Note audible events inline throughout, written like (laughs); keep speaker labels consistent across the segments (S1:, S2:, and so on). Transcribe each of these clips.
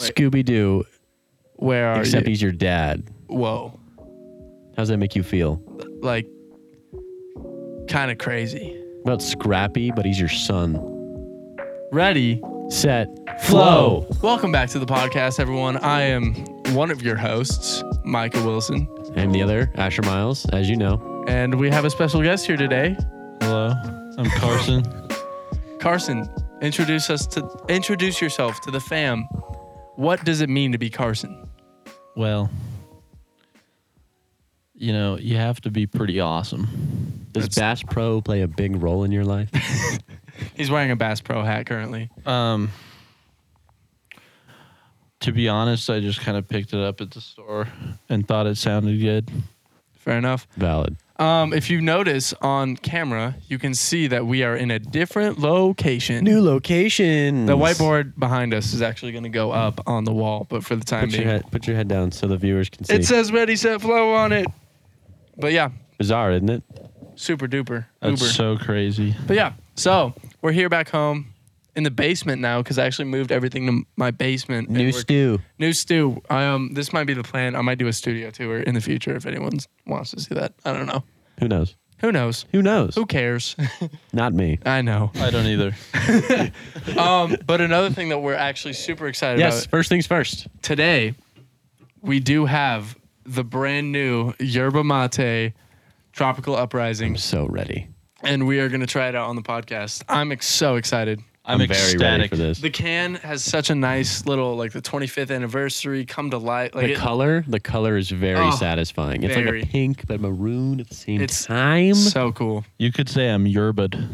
S1: Wait.
S2: Scooby Doo. Where are
S3: Except
S2: you?
S3: he's your dad.
S1: Whoa,
S3: How does that make you feel?
S1: like kind of crazy.
S3: About Scrappy, but he's your son.
S1: Ready?
S3: Set.
S2: Flow.
S1: Welcome back to the podcast, everyone. I am one of your hosts, Micah Wilson,
S3: And the other, Asher Miles, as you know.
S1: and we have a special guest here today,
S4: Hello, I'm Carson.
S1: (laughs) Carson. Introduce us to introduce yourself to the fam. What does it mean to be Carson?
S4: well, you know, you have to be pretty awesome.
S3: Does Bass Pro play a big role in your (laughs) life?
S1: He's wearing a Bass Pro hat currently.
S4: Um, to be honest, I just kind of picked it up at the store and thought it sounded good.
S1: Fair enough.
S3: Valid.
S1: Um, if you notice on camera, you can see that we are in a different location.
S3: location.
S1: The whiteboard behind us is actually going to go up on the wall, but for the time
S3: Put your,
S1: being,
S3: head, put your head down so the viewers can see.
S1: it says ready, set, flow on it. But yeah,
S3: bizarre, isn't it?
S1: super duper.
S4: That's
S1: Uber.
S4: so crazy.
S1: but yeah, so we're here back home in the basement now because I actually moved everything to my basement. and
S3: New
S1: we're-
S3: stew.
S1: New stew. I, um, this might be the plan. I might do a studio tour in the future if anyone wants to see that. I don't know.
S3: Who knows?
S1: Who knows?
S3: Who knows? (laughs)
S1: Who cares?
S3: Not me.
S1: I know.
S4: I don't either.
S1: Um, but another thing that we're actually super excited
S3: Yes,
S1: about
S3: first things first.
S1: today, we do have the brand new yerba mate tropical uprising,
S3: I'm so ready.
S1: and we are going to try it out on the podcast. I'm ex- so excited.
S4: I'm,
S3: very
S4: ecstatic.
S3: ready for this.
S1: The can has such a nice little like the 25th anniversary come to life. Like
S3: the
S1: it-
S3: color, the color is very
S1: Oh,
S3: satisfying. It's
S1: very.
S3: like a pink but maroon at the same
S1: It's
S3: time.
S1: so cool.
S4: You could say I'm yerbed.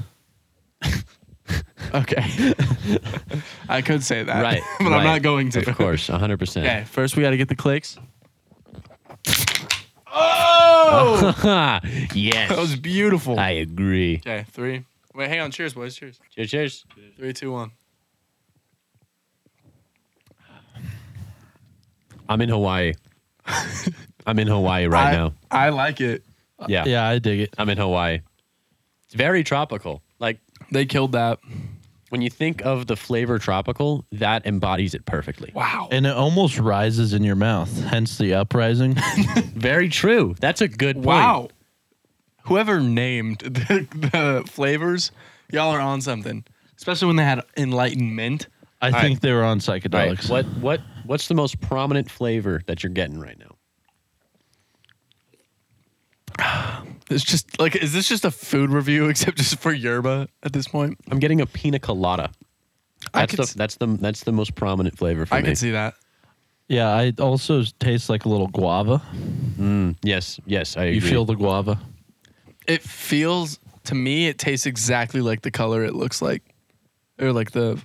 S1: Okay, (laughs) I could say
S3: (laughs)
S1: that,
S3: Right,
S1: (laughs) but
S3: right.
S1: I'm not going to.
S3: of course, 100%.
S1: (laughs) Okay, first we got to get the clicks.
S3: (laughs) Oh! yes.
S1: (laughs) That was beautiful.
S3: I agree.
S1: Okay, three. Wait, hang on. Cheers, boys. Cheers.
S3: Cheers, cheers.
S1: Three, two, one.
S3: I'm in Hawaii.
S1: (laughs)
S3: I'm in Hawaii right
S1: I-
S3: now.
S1: I like it.
S3: Yeah.
S4: Yeah, I dig it.
S3: I'm in Hawaii. It's very tropical. Like
S1: They killed that.
S3: when you think of the flavor tropical, that embodies it perfectly.
S1: Wow.
S4: And it almost rises in your mouth, hence
S3: (laughs)
S4: the uprising.
S3: Very true. That's a good point.
S1: Wow. Whoever named (laughs) the, the flavors, y'all are on something. Especially when they had enlightenment.
S4: I
S3: right.
S4: think they were on
S3: All right,
S4: psychedelics.
S3: What what what's the most prominent flavor that you're getting right now?
S1: It's just like, is this just a food review (laughs) except just for yerba at this point?
S3: I'm getting a pina colada.
S1: I
S3: That's
S1: could
S3: the
S1: s-
S3: that's the that's the most prominent flavor for
S1: I
S3: me.
S1: can see that.
S4: Yeah, I also taste like a little guava.
S3: Yes, yes, I
S4: You
S3: agree.
S4: feel the guava.
S1: It feels to me, it tastes exactly like the color it looks like, or like the.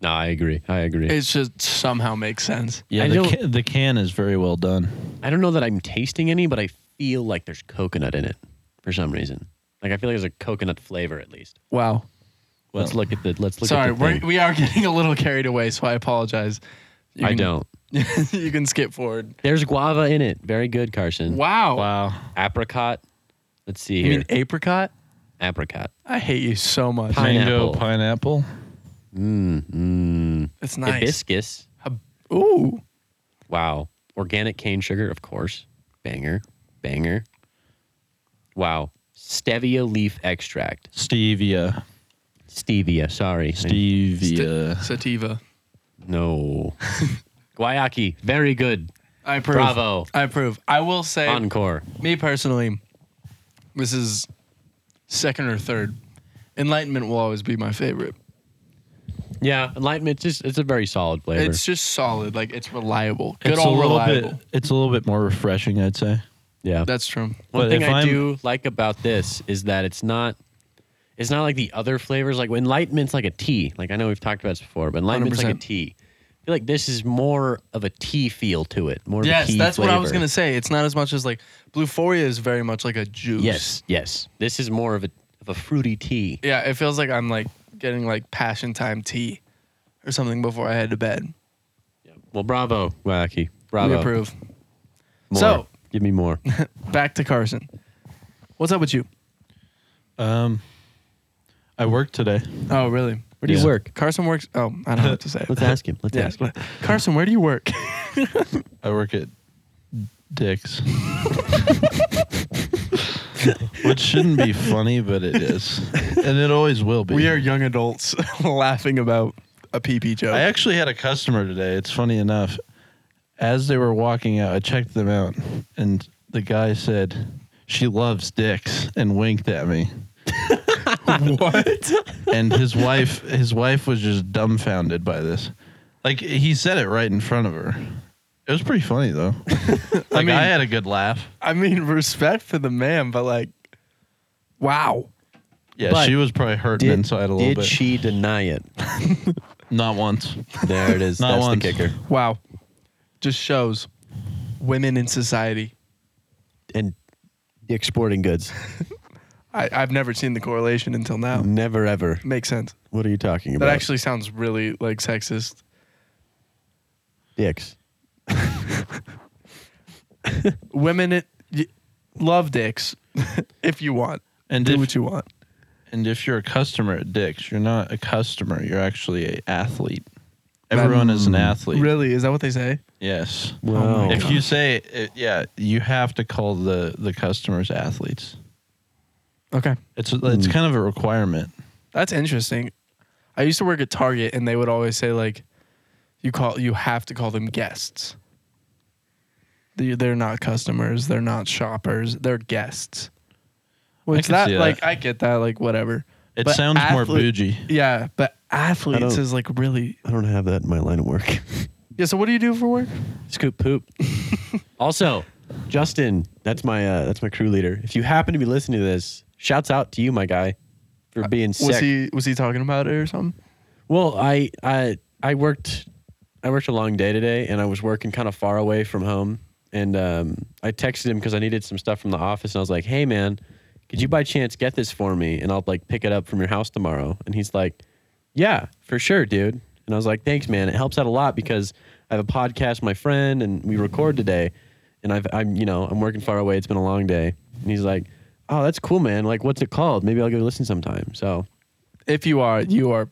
S3: No, I agree. I agree.
S1: It just somehow makes sense.
S4: Yeah,
S3: I
S4: the,
S3: don't-
S4: ca- the can is very well done.
S3: I don't know that I'm tasting any, but I feel like there's coconut in it for some reason. Like I feel like there's a coconut flavor at least.
S1: Wow.
S4: Well,
S3: let's look at the let's look
S1: Sorry,
S3: at the
S1: we're,
S3: thing.
S1: we are (laughs) getting a little carried away, so I apologize. You
S3: I
S1: can-
S3: don't.
S1: (laughs) you can skip forward.
S3: There's guava in it. Very good, Carson.
S1: Wow.
S4: Wow.
S3: Apricot. Let's see
S1: You
S3: here.
S1: mean apricot?
S3: Apricot.
S1: I hate you so much.
S3: Pine-
S4: Mango
S3: Pineapple.
S4: pineapple.
S3: Mm,
S1: It's nice.
S3: Hibiscus.
S1: Ooh.
S3: Wow. Organic cane sugar, of course. Banger. Banger. Wow. Stevia leaf extract.
S4: Stevia.
S3: Stevia. Sorry.
S4: Stevia.
S1: Sativa. (laughs)
S3: No. Guayaki. Very good.
S1: I approve.
S3: Bravo.
S1: I approve. I will say,
S3: Encore.
S1: me personally, this is second or third. Enlightenment will always be my favorite.
S3: Yeah, enlightenment. Just it's a very solid flavor.
S1: It's just solid. Like, it's reliable. Good
S4: it's
S1: old
S4: a little
S1: reliable.
S4: bit. It's a little bit more refreshing, I'd say.
S3: yeah.
S1: That's true.
S3: One
S4: but
S3: thing
S4: if
S3: I
S4: I'm-
S3: do like about this is that it's not. It's not like the other flavors. Like enlightenment's like a tea. Like I know we've talked about this before, but enlightenment's like a
S1: 100%.
S3: tea. I feel like this is more of a tea feel to it. More. Of a
S1: Yes,
S3: tea
S1: that's what I was
S3: flavor.
S1: going to say. It's not as much as like, Blueforia is very much like a juice.
S3: Yes, yes. This is more of a of a fruity tea.
S1: Yeah, it feels like I'm like getting like passion time tea or something before I head to bed.
S3: Well, bravo, Wacky.
S1: We
S3: Bravo.
S1: approve.
S3: More.
S1: So-
S3: give me more.
S1: Back to Carson. What's up with you?
S4: Um, I worked today.
S1: Oh, really?
S3: Where do
S4: Yeah.
S3: you work?
S1: Carson works. Oh, I don't know what
S3: (laughs)
S1: to say. (laughs)
S3: Let's ask him. Let's
S1: Yeah.
S3: ask him.
S1: Carson, where do
S3: (laughs)
S1: you work?
S4: I work at Dick's. (laughs) Which shouldn't be funny, but it is. And it always will be.
S1: we are young adults (laughs) laughing about a PP joke.
S4: I actually had a customer today. It's funny enough. As they were walking out, I checked them out, and the guy said, "She loves dicks," and winked at
S3: (laughs)
S4: me.
S1: what?
S4: And his wife, his wife was just dumbfounded by this. Like he said it right in front of her. It was pretty
S3: (laughs)
S4: funny though. like I,
S1: mean-
S4: had a good laugh.
S1: I mean, respect for the man, but like, wow.
S4: Yeah,
S3: But
S4: she was probably hurting
S3: Did-
S4: inside a little
S3: Did
S4: bit.
S3: she deny
S1: (laughs)
S3: it?
S4: Not once.
S3: There it is.
S4: Not
S3: That's
S4: once.
S3: the kicker.
S1: Wow. Just shows women in society.
S3: And Dick Sporting Goods.
S1: I, I've never seen the correlation until now.
S3: Never ever.
S1: Makes sense.
S3: What are you talking about?
S1: That actually sounds really like sexist.
S3: dicks.
S1: Women it, y- love dicks (laughs) if you want.
S4: And
S1: Do
S4: if,
S1: what you want.
S4: and if you're a customer at Dick's, you're not a customer. You're actually a athlete. Everyone is an athlete.
S1: Mm. Really? Is that what they say?
S4: Yes.
S1: Oh my
S3: Wow.
S4: if you say it, yeah, you have to call the the customers athles.
S1: Okay.
S4: It's
S1: Mm.
S4: it's kind of a requirement.
S1: That's interesting. I used to work at Target and they would always say like you call you have to call them guests. They- They're not customers, they're not shoppers, they're guests. Which
S4: can
S1: that,
S4: see that.
S1: like I get that like whatever.
S4: It
S1: But
S4: sounds more
S1: athlete-
S4: bougie.
S1: Yeah, but
S3: I
S1: athletes
S3: don't-
S1: is like really
S3: I don't have that in my line of work.
S1: Yeah, so what do you do for work?
S3: (laughs) Scoop poop. (laughs) also, Justin, that's my uh, that's my crew leader. If you happen to be listening to this, shouts out to you, my guy, for being sick.
S1: Was he was he talking about it or something?
S3: Well, I I I worked I worked a long day today, and I was working kind of far away from home. And um, I texted him because I needed some stuff from the office, and I was like, "Hey, man, could you by chance get this for me? And I'll like pick it up from your house tomorrow." And he's like, "Yeah, for sure, dude." And I was like, "Thanks, man. It helps out a lot because I have a podcast, with my friend, and we record today. And I've I'm you know I'm working far away. It's been a long day." And he's like, "Oh, that's cool, man. Like, what's it called? Maybe I'll go listen sometime." So
S1: If you are, you are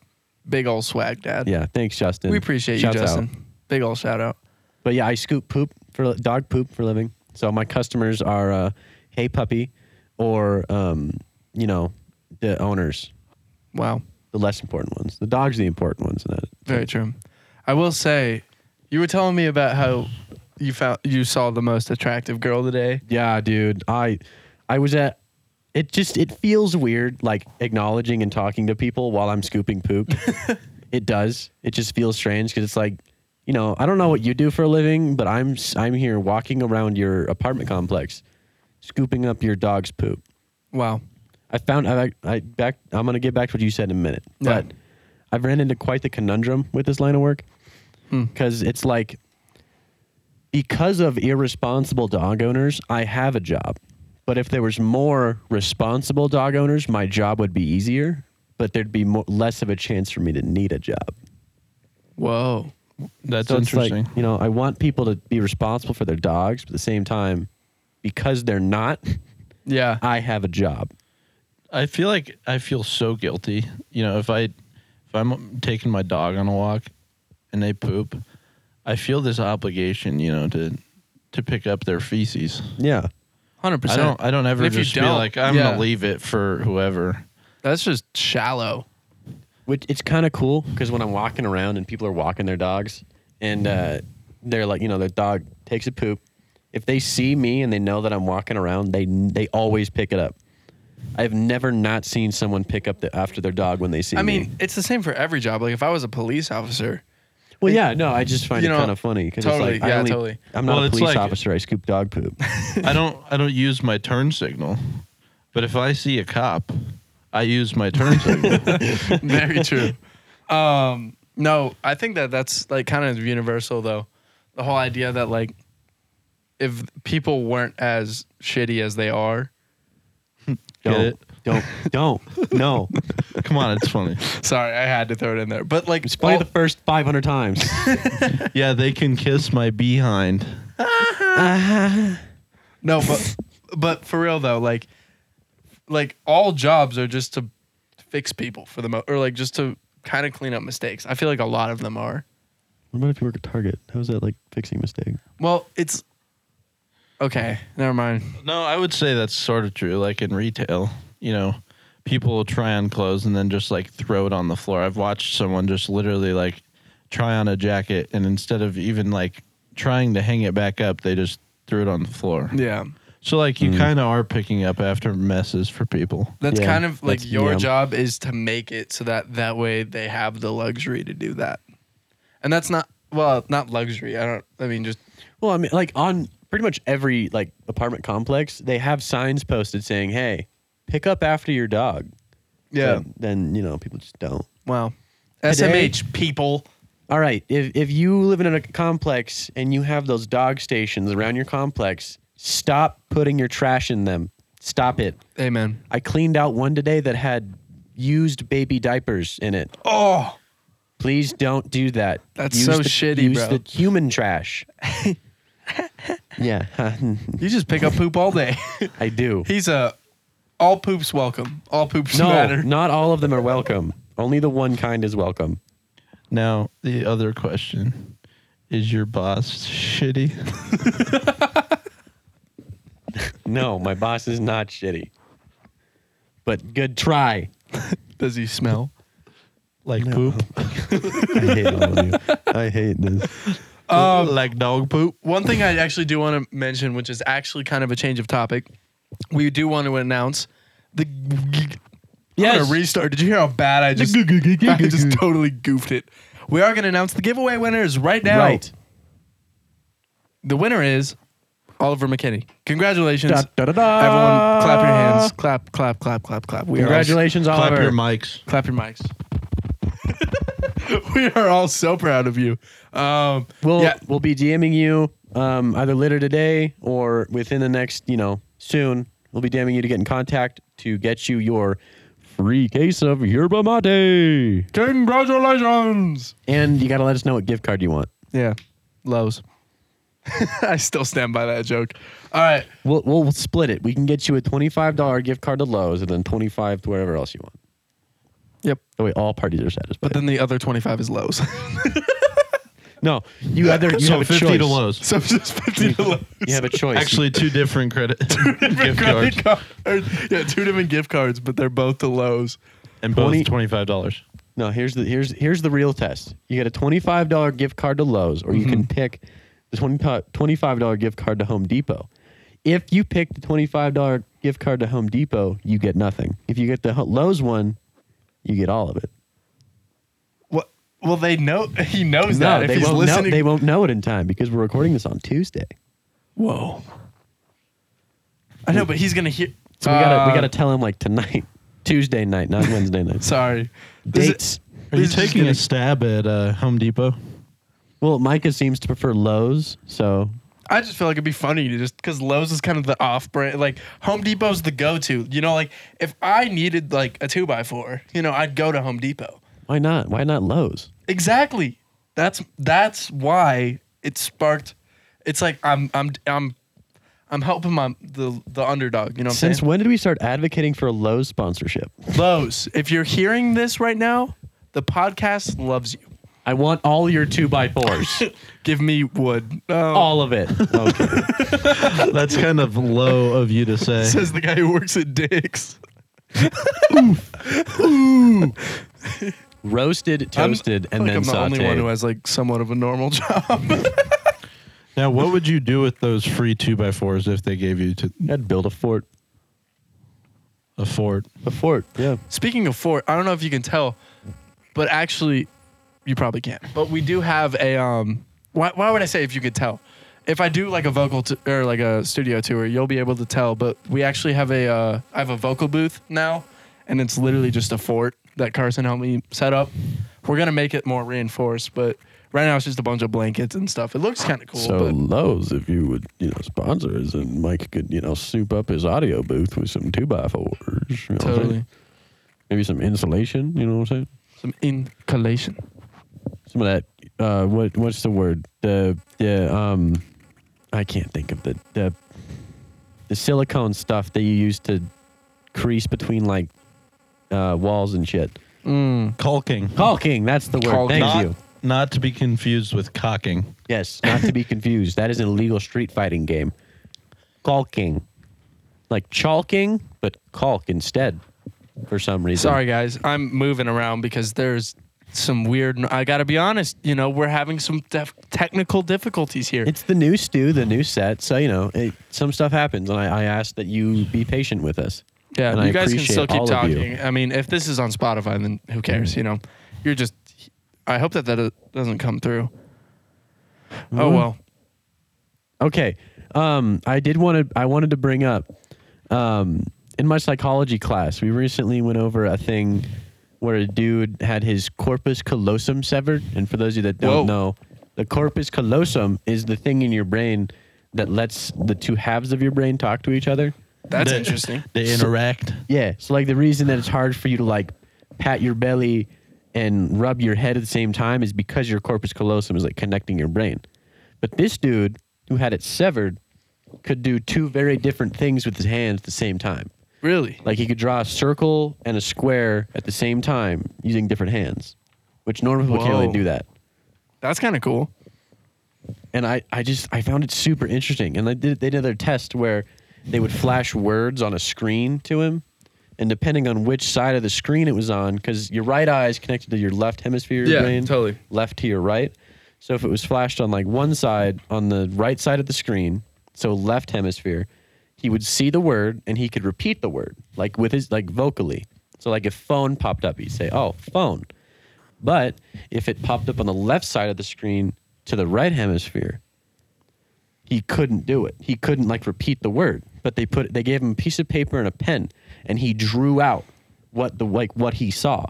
S1: big old swag dad.
S3: yeah, thanks, Justin.
S1: We appreciate
S3: Shouts
S1: you,
S3: out.
S1: Justin. Big old shout out.
S3: But yeah, I scoop poop for dog poop for a living. So my customers are uh, Hey Puppy or um, you know, the owners,
S1: Wow.
S3: the less important ones. The dogs are the important ones in that.
S1: Very true. I will say, you were telling me about how you found you saw the most attractive girl today.
S3: Yeah, dude. I I was at it just it feels weird like acknowledging and talking to people while I'm scooping poop. it does. It just feels strange cuz it's like, you know, I don't know what you do for a living, but I'm s- I'm here walking around your apartment complex scooping up your dog's poop.
S1: Wow.
S3: I found I, I back. I'm gonna get back to what you said in a minute,
S1: Yeah.
S3: but I've ran into quite the conundrum with this line of work
S1: Hmm.
S3: because it's like because of irresponsible dog owners, I have a job, but if there was more responsible dog owners, my job would be easier, but there'd be more, less of a chance for me to need a job.
S1: Whoa.
S4: That's
S3: So it's
S4: interesting.
S3: like you know, I want people to be responsible for their dogs, but at the same time, because they're not, (laughs)
S1: Yeah.
S3: I have a job.
S4: I feel like I feel so guilty. You know, if I if I'm taking my dog on a walk and they poop, I feel this obligation, you know, to to pick up their feces.
S3: Yeah.
S1: Hundred
S4: I
S1: percent.
S4: don't I don't ever
S1: If you
S4: just be
S1: don't,
S4: like I'm
S1: yeah.
S4: gonna leave it for whoever.
S1: That's just shallow.
S3: which it's kind of cool because when I'm walking around and people are walking their dogs and uh, they're like, you know, their dog takes a poop. If they see me and they know that I'm walking around, they they always pick it up. I've never not seen someone pick up the, after their dog when they see
S1: I
S3: me.
S1: mean, it's the same for every job. Like if I was a police officer,
S3: well, yeah, no, I just find
S1: You
S3: it
S1: know,
S3: kind of funny because
S1: totally,
S3: it's like, I
S1: yeah,
S3: only,
S1: totally.
S3: I'm not
S4: Well,
S3: a
S4: it's
S3: police
S4: like-
S3: officer. I scoop dog
S1: (laughs)
S3: poop.
S4: I don't I don't use my turn signal. But if I see a cop, I use
S1: (laughs)
S4: my turn signal.
S1: very true. Um, no, I think that that's like kind of universal though. The whole idea that like if people weren't as shitty as they are,
S4: Get
S3: Don't,
S4: it?
S3: don't, don't, no.
S4: Come on, it's funny.
S1: sorry, I had to throw it in there. But like,
S3: It's funny
S1: all-
S3: the first 500 times.
S4: Yeah, they can kiss my behind.
S1: (laughs) No, but but for real though, like like all jobs are just to fix people for the most, or like just to kind of clean up mistakes. I feel like a lot of them are.
S3: What about if you work at Target? How is that like fixing mistake?
S1: Well, it's okay. Never mind.
S4: No, I would say that's sort of true. Like in retail, you know, people will try on clothes and then just like throw it on the floor. I've watched someone just literally like try on a jacket and instead of even like trying to hang it back up, they just threw it on the floor.
S1: Yeah,
S4: So like you kind of are picking up after messes for people.
S1: that's
S3: Yeah,
S1: kind of like
S3: that's-
S1: your
S3: yeah.
S1: job is to make it so that that way they have the luxury to do that, and that's not well, not luxury. I don't. I mean, just
S3: Well, I mean, like on pretty much every like apartment complex, they have signs posted saying, "Hey, pick up after your dog."
S1: yeah.
S3: But then you know people just don't.
S1: Wow.
S3: Today-
S1: SMH people.
S3: All right, if if you live in a complex and you have those dog stations around your complex, stop putting your trash in them. Stop it.
S1: Amen.
S3: I cleaned out one today that had used baby diapers in it.
S1: Oh,
S3: Please don't do that.
S1: That's so shitty,
S3: use
S1: bro.
S3: the human trash. (laughs) yeah, (laughs)
S1: you just pick up poop all day. (laughs)
S3: I do.
S1: He's a all poops welcome. All poops
S3: No, (laughs)
S1: matter.
S3: not all of them are welcome. Only the one kind is welcome.
S4: Now, the other question is your boss shitty? (laughs)
S3: No, my boss is not shitty. But good try.
S1: Does he smell?
S4: Like poop?
S3: I hate all of you. I hate this.
S1: Um,
S4: (laughs) like dog poop?
S1: One thing I actually do want to mention, which is actually kind of a change of topic, we do want to announce the. Yeah.
S3: Yes.
S1: restart. Did you hear how bad I just? I just totally goofed it. We are going to announce the giveaway winners right now.
S3: Right.
S1: The winner is Oliver McKinney. Congratulations.
S3: Da, da, da.
S1: Everyone, clap your hands. Clap, clap, clap, clap, clap. We are all-
S3: Congratulations,
S4: Clap
S3: Oliver.
S4: your mics.
S1: Clap your mics. (laughs) we are all so proud of you. Um,
S3: We'll
S1: yeah,
S3: we'll be DMing you um, either later today or within the next, you know, soon. We'll be DMing you to get in contact to get you your free case of yerba mate.
S1: congratulations.
S3: And you got to let us know what gift card you want.
S1: Yeah, Lowe's. (laughs) I still stand by that joke. All right,
S3: We'll, we'll we'll split it. We can get you a twenty-five dollar gift card to Lowe's, and then twenty-five to wherever else you want.
S1: Yep.
S3: That way, all parties are satisfied.
S1: but then the other twenty-five is Lowe's.
S3: no, you either you
S4: so
S3: have a
S4: 50
S3: choice.
S4: to Lowe's.
S1: so it's just fifty (laughs) to Lowe's.
S3: You have a choice.
S4: Actually, two
S1: (laughs)
S4: different credit gift cards.
S1: Credit card. Yeah, two different gift cards, but they're both to Lowe's.
S4: And both
S3: 20
S4: $25.
S3: no. Here's the here's here's the real test. You get a twenty-five dollar gift card to Lowe's, or you can pick the 20, twenty-five dollar gift card to Home Depot. If you pick the twenty-five dollar gift card to Home Depot, you get nothing. If you get the Ho- Lowe's one, you get all of it.
S1: What? Well, they know. (laughs) He knows
S3: No,
S1: that. If
S3: they
S1: he's
S3: won't
S1: listening,
S3: know. They won't know it in time because we're recording this on Tuesday.
S1: Whoa. I know, but he's gonna hear.
S3: So we gotta we
S1: Uh,
S3: gotta tell him like tonight, (laughs) Tuesday night,
S1: (laughs)
S3: not Wednesday night.
S1: Sorry. This is-
S3: Dates.
S4: Are you
S1: This is
S4: taking
S1: gonna-
S4: a stab at uh, Home Depot?
S3: Well, Micah seems to prefer Lowe's, so
S1: I just feel like it'd be funny to just because Lowe's is kind of the off brand. Like Home Depot's the go to. You know, like if I needed like a two by four, you know, I'd go to Home Depot.
S3: why not? Why not Lowe's?
S1: Exactly. That's that's why it sparked. It's like I'm I'm I'm I'm helping my the the underdog. You know what I'm
S3: Since
S1: saying?
S3: when did we start advocating for a Lowe's sponsorship?
S1: Lowe's. If you're hearing this right now, the podcast loves you.
S3: I want all your two by fours,
S1: Give me wood. (laughs) Oh.
S3: all of it. Okay.
S4: (laughs) That's kind of low of you to say.
S1: (laughs) (laughs) Says the guy who works at Dick's.
S3: Roasted, toasted, and then
S1: I'm the only one who
S3: sauteed.
S1: has like somewhat of a normal (laughs) job.
S4: Now, what would you do with those free two by fours if they gave you to
S3: I'd build a fort.
S4: a fort?
S3: A fort. Yeah.
S1: Speaking of Fort, I don't know if you can tell, but actually, you probably can't. But we do have a um. Why, why would I say if you could tell? If I do like a vocal t- or like a studio tour, you'll be able to tell. But we actually have a uh, I have a vocal booth now, and it's literally just a fort that Carson helped me set up. We're gonna make it more reinforced, but right now it's just a bunch of blankets and stuff. It looks kind of cool.
S5: So
S1: but
S5: Lowe's, if you would, you know, sponsor us, and Mike could, you know, soup up his audio booth with some two by fours. You know what I'm
S1: totally
S5: saying? Maybe some insulation. You know what I'm saying?
S1: some inculation.
S5: Some of that. Uh, what What's the word? The the um,
S3: I can't think of the the the silicone stuff that you use to crease between like uh, walls and shit.
S1: Mm.
S4: Caulking.
S3: Call King. That's the word.
S1: Call
S3: Thank
S4: not,
S3: you.
S4: Not to be confused with cocking.
S3: Yes, not to be (laughs) confused. That is an illegal street fighting game. Caulking. Like chalking, but caulk instead for some reason.
S1: Sorry, guys. I'm moving around because there's some weird. I got to be honest. You know, we're having some def- technical difficulties here.
S3: It's the new stew, the new set. So, you know, it, some stuff happens, and I, I ask that you be patient with us.
S1: yeah,
S3: and
S1: you
S3: I
S1: guys can
S3: appreciate
S1: still keep
S3: all of you.
S1: talking. I mean, if this is on Spotify, then who cares? You know, you're just. I hope that that doesn't come through. Oh
S3: Mm-hmm.
S1: well.
S3: Okay. Um, I did want to. I wanted to bring up um, in my psychology class. We recently went over a thing where a dude had his corpus callosum severed, and for those of you that don't
S1: Whoa.
S3: know, the corpus callosum is the thing in your brain that lets the two halves of your brain talk to each other.
S1: That's
S4: They-
S1: interesting.
S4: They interact.
S3: Yeah. So like the reason that it's hard for you to like pat your belly and rub your head at the same time is because your corpus callosum is like connecting your brain. But this dude who had it severed could do two very different things with his hands at the same time.
S1: Really?
S3: Like he could draw a circle and a square at the same time using different hands, which normal people can't really
S1: Whoa.
S3: do that.
S1: That's kind of cool.
S3: And I, I just I found it super interesting. And they did they did their test where they would flash words on a screen to him, and depending on which side of the screen it was on, because your right eye is connected to your left hemisphere of your
S1: Yeah,
S3: brain,
S1: totally.
S3: left to your right. So if it was flashed on like one side on the right side of the screen, so left hemisphere, he would see the word and he could repeat the word like with his like vocally. So like if phone popped up, he'd say, "Oh, phone." But if it popped up on the left side of the screen to the right hemisphere, he couldn't do it. He couldn't like repeat the word. But they put they gave him a piece of paper and a pen, and he drew out what the like what he saw.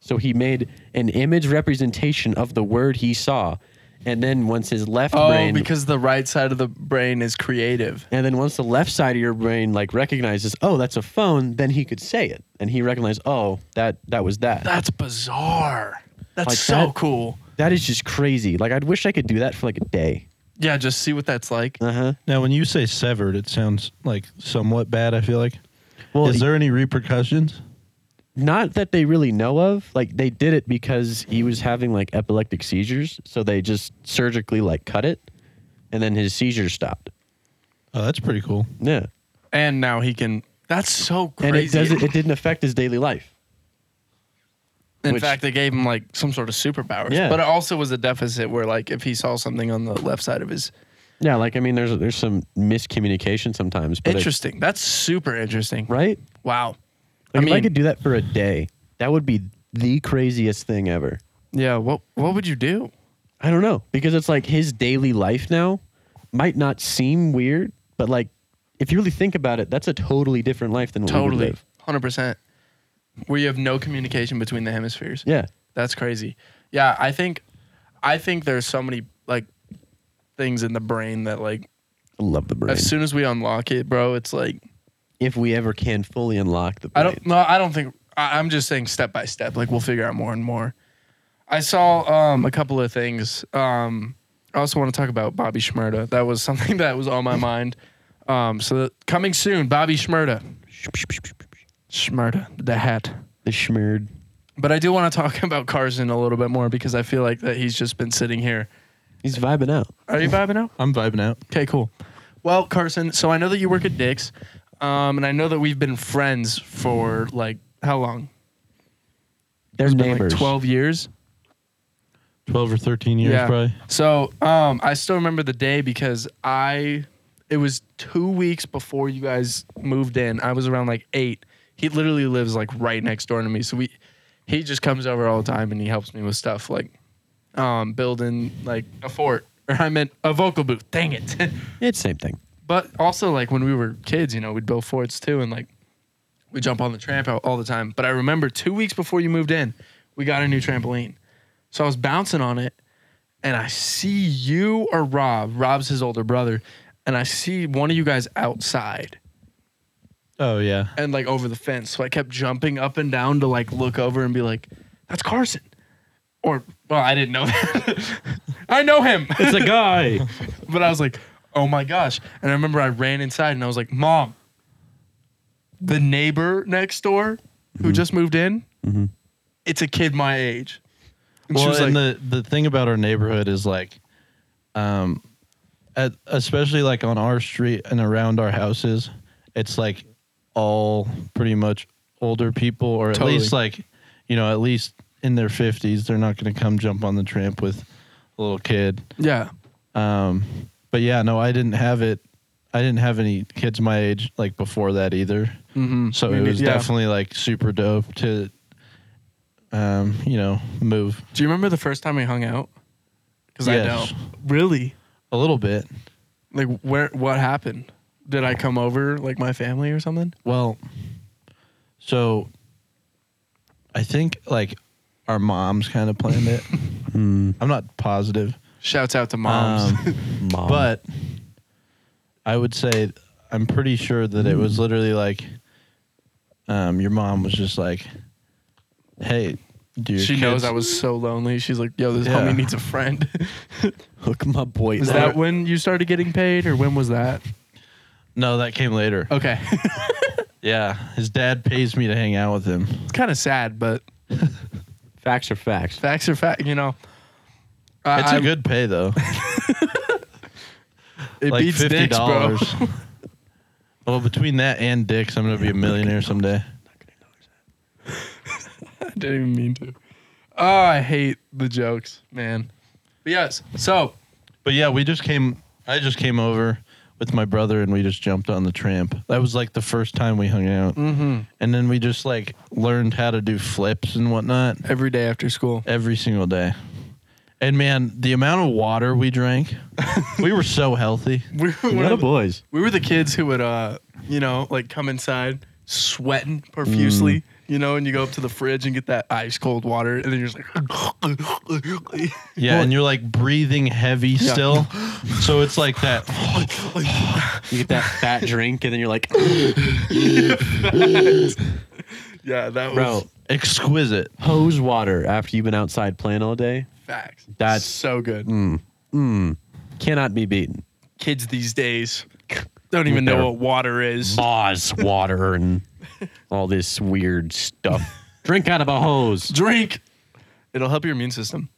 S3: So he made an image representation of the word he saw, and then once his left
S1: Oh,
S3: brain
S1: because the right side of the brain is creative.
S3: and then once the left side of your brain like recognizes, oh, that's a phone, then he could say it, and he recognized, oh, that that was that.
S1: That's bizarre. That's
S3: Like
S1: so
S3: that?
S1: cool.
S3: that is just crazy. Like I'd wish I could do that for like a day.
S1: Yeah, just see what that's like.
S3: Uh huh.
S4: Now, when you say severed, it sounds like somewhat bad. I feel like.
S3: Well,
S4: is there any repercussions?
S3: not that they really know of. Like they did it because he was having like epileptic seizures, so they just surgically like cut it, and then his seizures stopped.
S4: Oh, that's pretty cool.
S3: Yeah,
S1: And now he can. That's so crazy.
S3: and it doesn't. It didn't affect his daily life.
S1: In
S3: which-
S1: fact, they gave him like some sort of superpowers.
S3: Yeah.
S1: But it also was a deficit where like if he saw something on the left side of his.
S3: Yeah, like I mean, there's there's some miscommunication sometimes. But it-
S1: Interesting. That's super interesting.
S3: right?
S1: Wow.
S3: Like
S1: I
S3: if I
S1: mean-
S3: could do that for a day, that would be the craziest thing ever.
S1: Yeah. What What would you do?
S3: I don't know because it's like his daily life now might not seem weird, but like if you really think about it, that's a totally different life than what we would
S1: Totally.
S3: live.
S1: Hundred percent. Where you have no communication between the hemispheres.
S3: Yeah,
S1: That's crazy. Yeah, I think, I think there's so many like things in the brain that like
S3: I love the brain.
S1: as soon as we unlock it, bro, it's like
S3: if we ever can fully unlock the
S1: I
S3: brain.
S1: don't no, I don't think I, I'm just saying step by step. Like we'll figure out more and more. I saw um, a couple of things. Um, I also want to talk about Bobby Shmurda. That was (laughs) something that was on my mind. Um, so that, coming soon, Bobby Shmurda. Shmurda, the hat.
S3: the schmeared.
S1: But I do want to talk (laughs) about Carson a little bit more because I feel like that he's just been sitting here.
S3: He's vibing out.
S1: Are you vibing out?
S4: I'm vibing out.
S1: Okay, cool. Well, Carson, so I know that you work at Dick's, um, and I know that we've been friends for like how long?
S3: They're
S1: It's been, like,
S3: neighbors.
S1: Twelve years.
S4: Twelve or thirteen years,
S1: Yeah.
S4: probably.
S1: So um, I still remember the day because I, it was two weeks before you guys moved in. I was around like eight. He literally lives like right next door to me. So we, he just comes over all the time and he helps me with stuff like um, building like a fort (laughs) or I meant a vocal booth. Dang it. (laughs)
S3: It's same thing.
S1: but also like when we were kids, you know, we'd build forts too, and like we jump on the tramp out all the time. But I remember two weeks before you moved in, we got a new trampoline, so I was bouncing on it, and I see you or Rob. Rob's his older brother, and I see one of you guys outside
S4: Oh yeah.
S1: and like over the fence. So I kept jumping up and down to like look over and be like, "That's Carson," or well, I didn't know (laughs) that. I know him.
S2: It's a guy.
S4: (laughs)
S1: But I was like, oh my gosh. And I remember I ran inside and I was like, Mom,
S4: Mm-hmm.
S1: the neighbor next door who just moved in it's a kid my age. And she
S4: well,
S1: was
S4: and
S1: like,
S4: the the thing about our neighborhood is like, um, at, especially like on our street and around our houses, it's like all pretty much older people, or at
S1: Totally.
S4: least like, you know, at least in their fifties. They're not going to come jump on the tramp with a little kid.
S1: yeah,
S4: Um, but yeah, no, I didn't have it. I didn't have any kids my age like before that either.
S1: mm-hmm.
S4: So it was definitely like super dope to, um, you know, move
S1: Do you remember the first time we hung out? Because I
S4: Yes.
S1: don't really.
S4: a little bit.
S1: Like where? What happened? Did I come over like my family or something?
S4: Well, so I think like our moms kind of planned
S1: (laughs)
S4: it. I'm not positive,
S1: Shouts out to moms. (laughs)
S4: Um,
S3: (laughs)
S1: Oh.
S4: but I would say I'm pretty sure that it
S1: Hmm.
S4: was literally like um, your mom was just like, "Hey, dude,
S1: she knows I was so lonely. She's like, "Yo, this
S4: Yeah.
S1: homie needs a
S4: (laughs)
S1: friend."
S3: Hook my boy
S1: Is that when you started getting paid, or when was that?
S4: No, that came later.
S1: (laughs) Okay,
S4: Yeah, his dad pays me to hang out with him.
S1: it's kind of sad, but
S3: Facts are facts.
S1: facts are fact. You know, I-
S4: It's a
S1: I-
S4: good pay though.
S1: (laughs) It
S4: like
S1: beats
S4: fifty
S1: dicks, bro.
S4: dollars.
S1: (laughs)
S4: well, between that and dicks, I'm gonna be a millionaire someday.
S1: Didn't even mean to. Oh, I hate the jokes, man. But yes, so
S4: But yeah, we just came. I just came over with my brother, and we just jumped on the tramp. That was like the first time we hung out, and then we just like learned how to do flips and whatnot
S1: every day after school, (laughs)
S4: every single day. And man, the amount of water we drank, we were so healthy.
S1: we were, one of-
S3: boys.
S1: we were the kids who would, uh, you know, like come inside sweating profusely,
S4: Mm.
S1: you know, and you go up to the fridge and get that ice cold water, and then you're just like, (laughs)
S4: Yeah, and you're like breathing heavy still, so it's like that.
S3: You get that fat (laughs) drink, and then you're like,
S1: yeah, that was
S3: bro,
S4: exquisite.
S3: hose water after you've been outside playing all day
S1: facts.
S3: That's-
S1: so good.
S4: Mm.
S3: cannot be beaten.
S1: Kids these days don't even know
S3: They're-
S1: what water is.
S3: Boz water and all this weird stuff. (laughs) Drink out of a hose.
S1: Drink. It'll help your immune system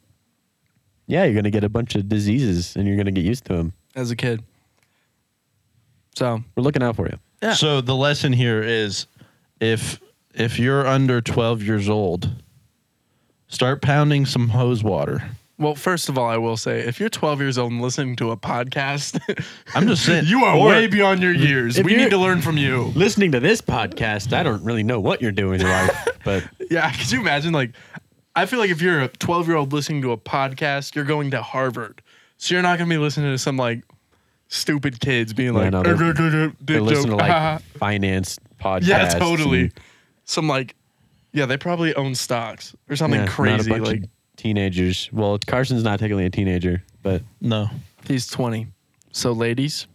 S3: Yeah, you're gonna get a bunch of diseases, and you're gonna get used to them.
S1: as a kid. So
S3: We're looking out for you.
S1: Yeah.
S4: So the lesson here is if if you're under 12 years old, start pounding some hose water.
S1: Well, first of all, I will say if you're 12 years old and listening to a podcast, (laughs)
S4: I'm just saying
S1: you are
S4: or-
S1: way beyond your years.
S3: If
S1: We need
S3: you're-
S1: to learn from you.
S3: Listening to this podcast, I don't really know what you're doing in your life,
S1: (laughs)
S3: but
S1: Yeah, could you imagine? Like, I feel like if you're a 12 year old listening to a podcast, you're going to Harvard. So you're not going to be listening to some like stupid kids being like,
S3: no, they're-
S1: "Err, grr, grr, dick
S3: they listen to
S1: joke, (laughs)
S3: like finance podcasts.
S1: yeah, totally.
S3: and-
S1: Some like, yeah, they probably own stocks or something
S3: Yeah, not a
S1: crazy.
S3: bunch of
S1: Like,
S3: teenagers. Well, Carson's not technically a teenager, but
S4: No.
S1: he's 20. So, ladies,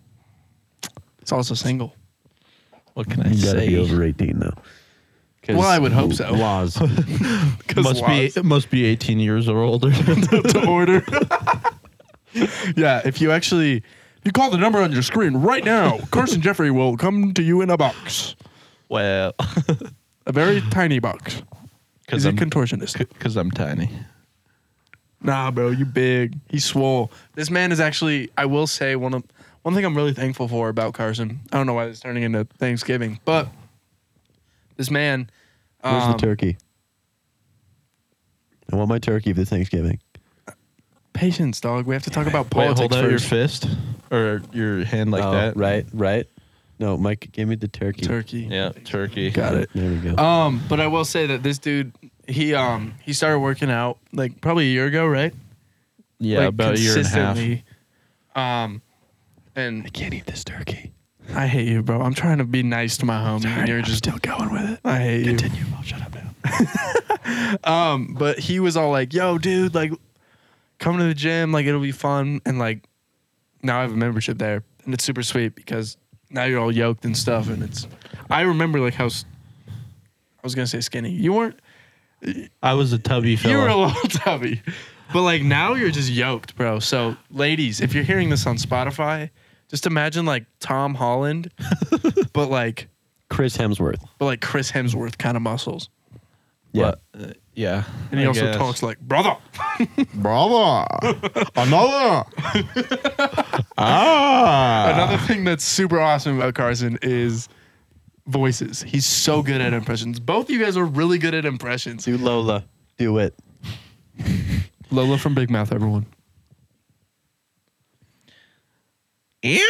S1: it's also single.
S4: What can I
S5: You gotta be
S4: say?
S5: over 18 though.
S3: 'cause
S1: Well, I would hope so.
S3: (laughs) Laws.
S4: Must be it must be 18 years or
S1: (laughs)
S4: older.
S1: to
S4: (laughs)
S1: order. yeah, if you actually if you call the number on your screen right now,
S4: (laughs)
S1: Carson Jeffrey will come to you in a box,
S4: well,
S1: a very tiny box. He's
S4: cuz
S1: a
S4: I'm
S1: contortionist.
S4: cuz I'm tiny.
S1: Nah, bro, you big. He's swole. This man is actually, I will say, one of one thing I'm really thankful for about Carson. I don't know why this is turning into Thanksgiving, but this man.
S5: Where's
S1: um,
S5: the turkey?
S3: I want my turkey for Thanksgiving.
S1: Patience, dog. We have to talk about
S4: Wait,
S1: politics
S4: hold out your
S1: first.
S4: fist or your hand like
S3: oh,
S4: that.
S3: Right, right. No, Mike, give me the turkey.
S1: Turkey.
S4: Yeah, turkey.
S1: Got it.
S3: There we go.
S1: Um, but I will say that this dude, he um, he started working out like probably a year ago, right?
S4: Yeah,
S1: like,
S4: about a year and a half.
S1: consistently. Um, and
S3: can't eat this turkey.
S1: I hate you, bro. I'm trying to be nice to my homie. and you're just
S3: still going with it.
S1: I hate you.
S3: I'll shut up now.
S1: (laughs) Um, but he was all like, "Yo, dude, like, come to the gym. Like, it'll be fun." And like, now I have a membership there, and it's super sweet because now you're all yoked and stuff. And it's, I remember like how s- I was gonna say skinny. You weren't.
S4: I was a tubby
S1: You were a
S4: fella.
S1: little (laughs) tubby. But like now you're just yoked, bro. So ladies, if you're hearing this on Spotify, just imagine like Tom (laughs) Holland, but like
S3: Chris Hemsworth.
S1: but like Chris Hemsworth kind of muscles.
S3: Yeah.
S4: But, uh, yeah.
S1: And he
S4: I
S1: also
S4: guess.
S1: talks like brother.
S5: Bravo! Another.
S1: Another thing that's super awesome about Carson is voices. He's so good at impressions. Both you guys are really good at impressions.
S3: Do Lola. Do it.
S1: Lola from Big Mouth, everyone.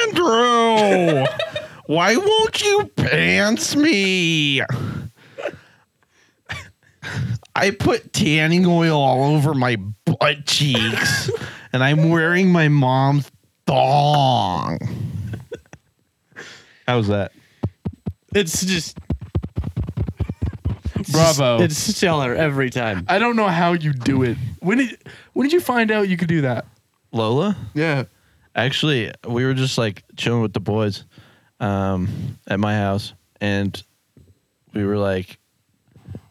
S4: Andrew, why won't you pants me? I put tanning oil all over my butt cheeks, and I'm wearing my mom's thong. How's that?
S3: It's just
S1: Bravo.
S3: It's stellar every time.
S1: I don't know how you do it. When did when did you find out you could do that?
S4: Lola?
S1: Yeah.
S4: Actually, we were just like chilling with the boys um, at my house, and we were like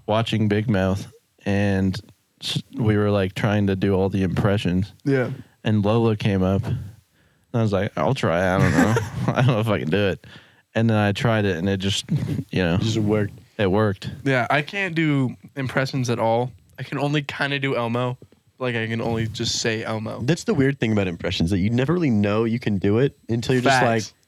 S4: watching Big Mouth, and s- we were like trying to do all the impressions.
S1: Yeah.
S4: And Lola came up, and I was like, "I'll try. I
S1: (laughs)
S4: don't know. (laughs) I don't know if I can do it." And then I tried it, and it just, you know,
S3: Just worked.
S4: it worked.
S1: Yeah. I can't do impressions at all. I can only kind of do Elmo. Like I can only just say Elmo.
S3: That's the weird thing about impressions that you never really know you can do it until you're
S1: Facts.
S3: just like,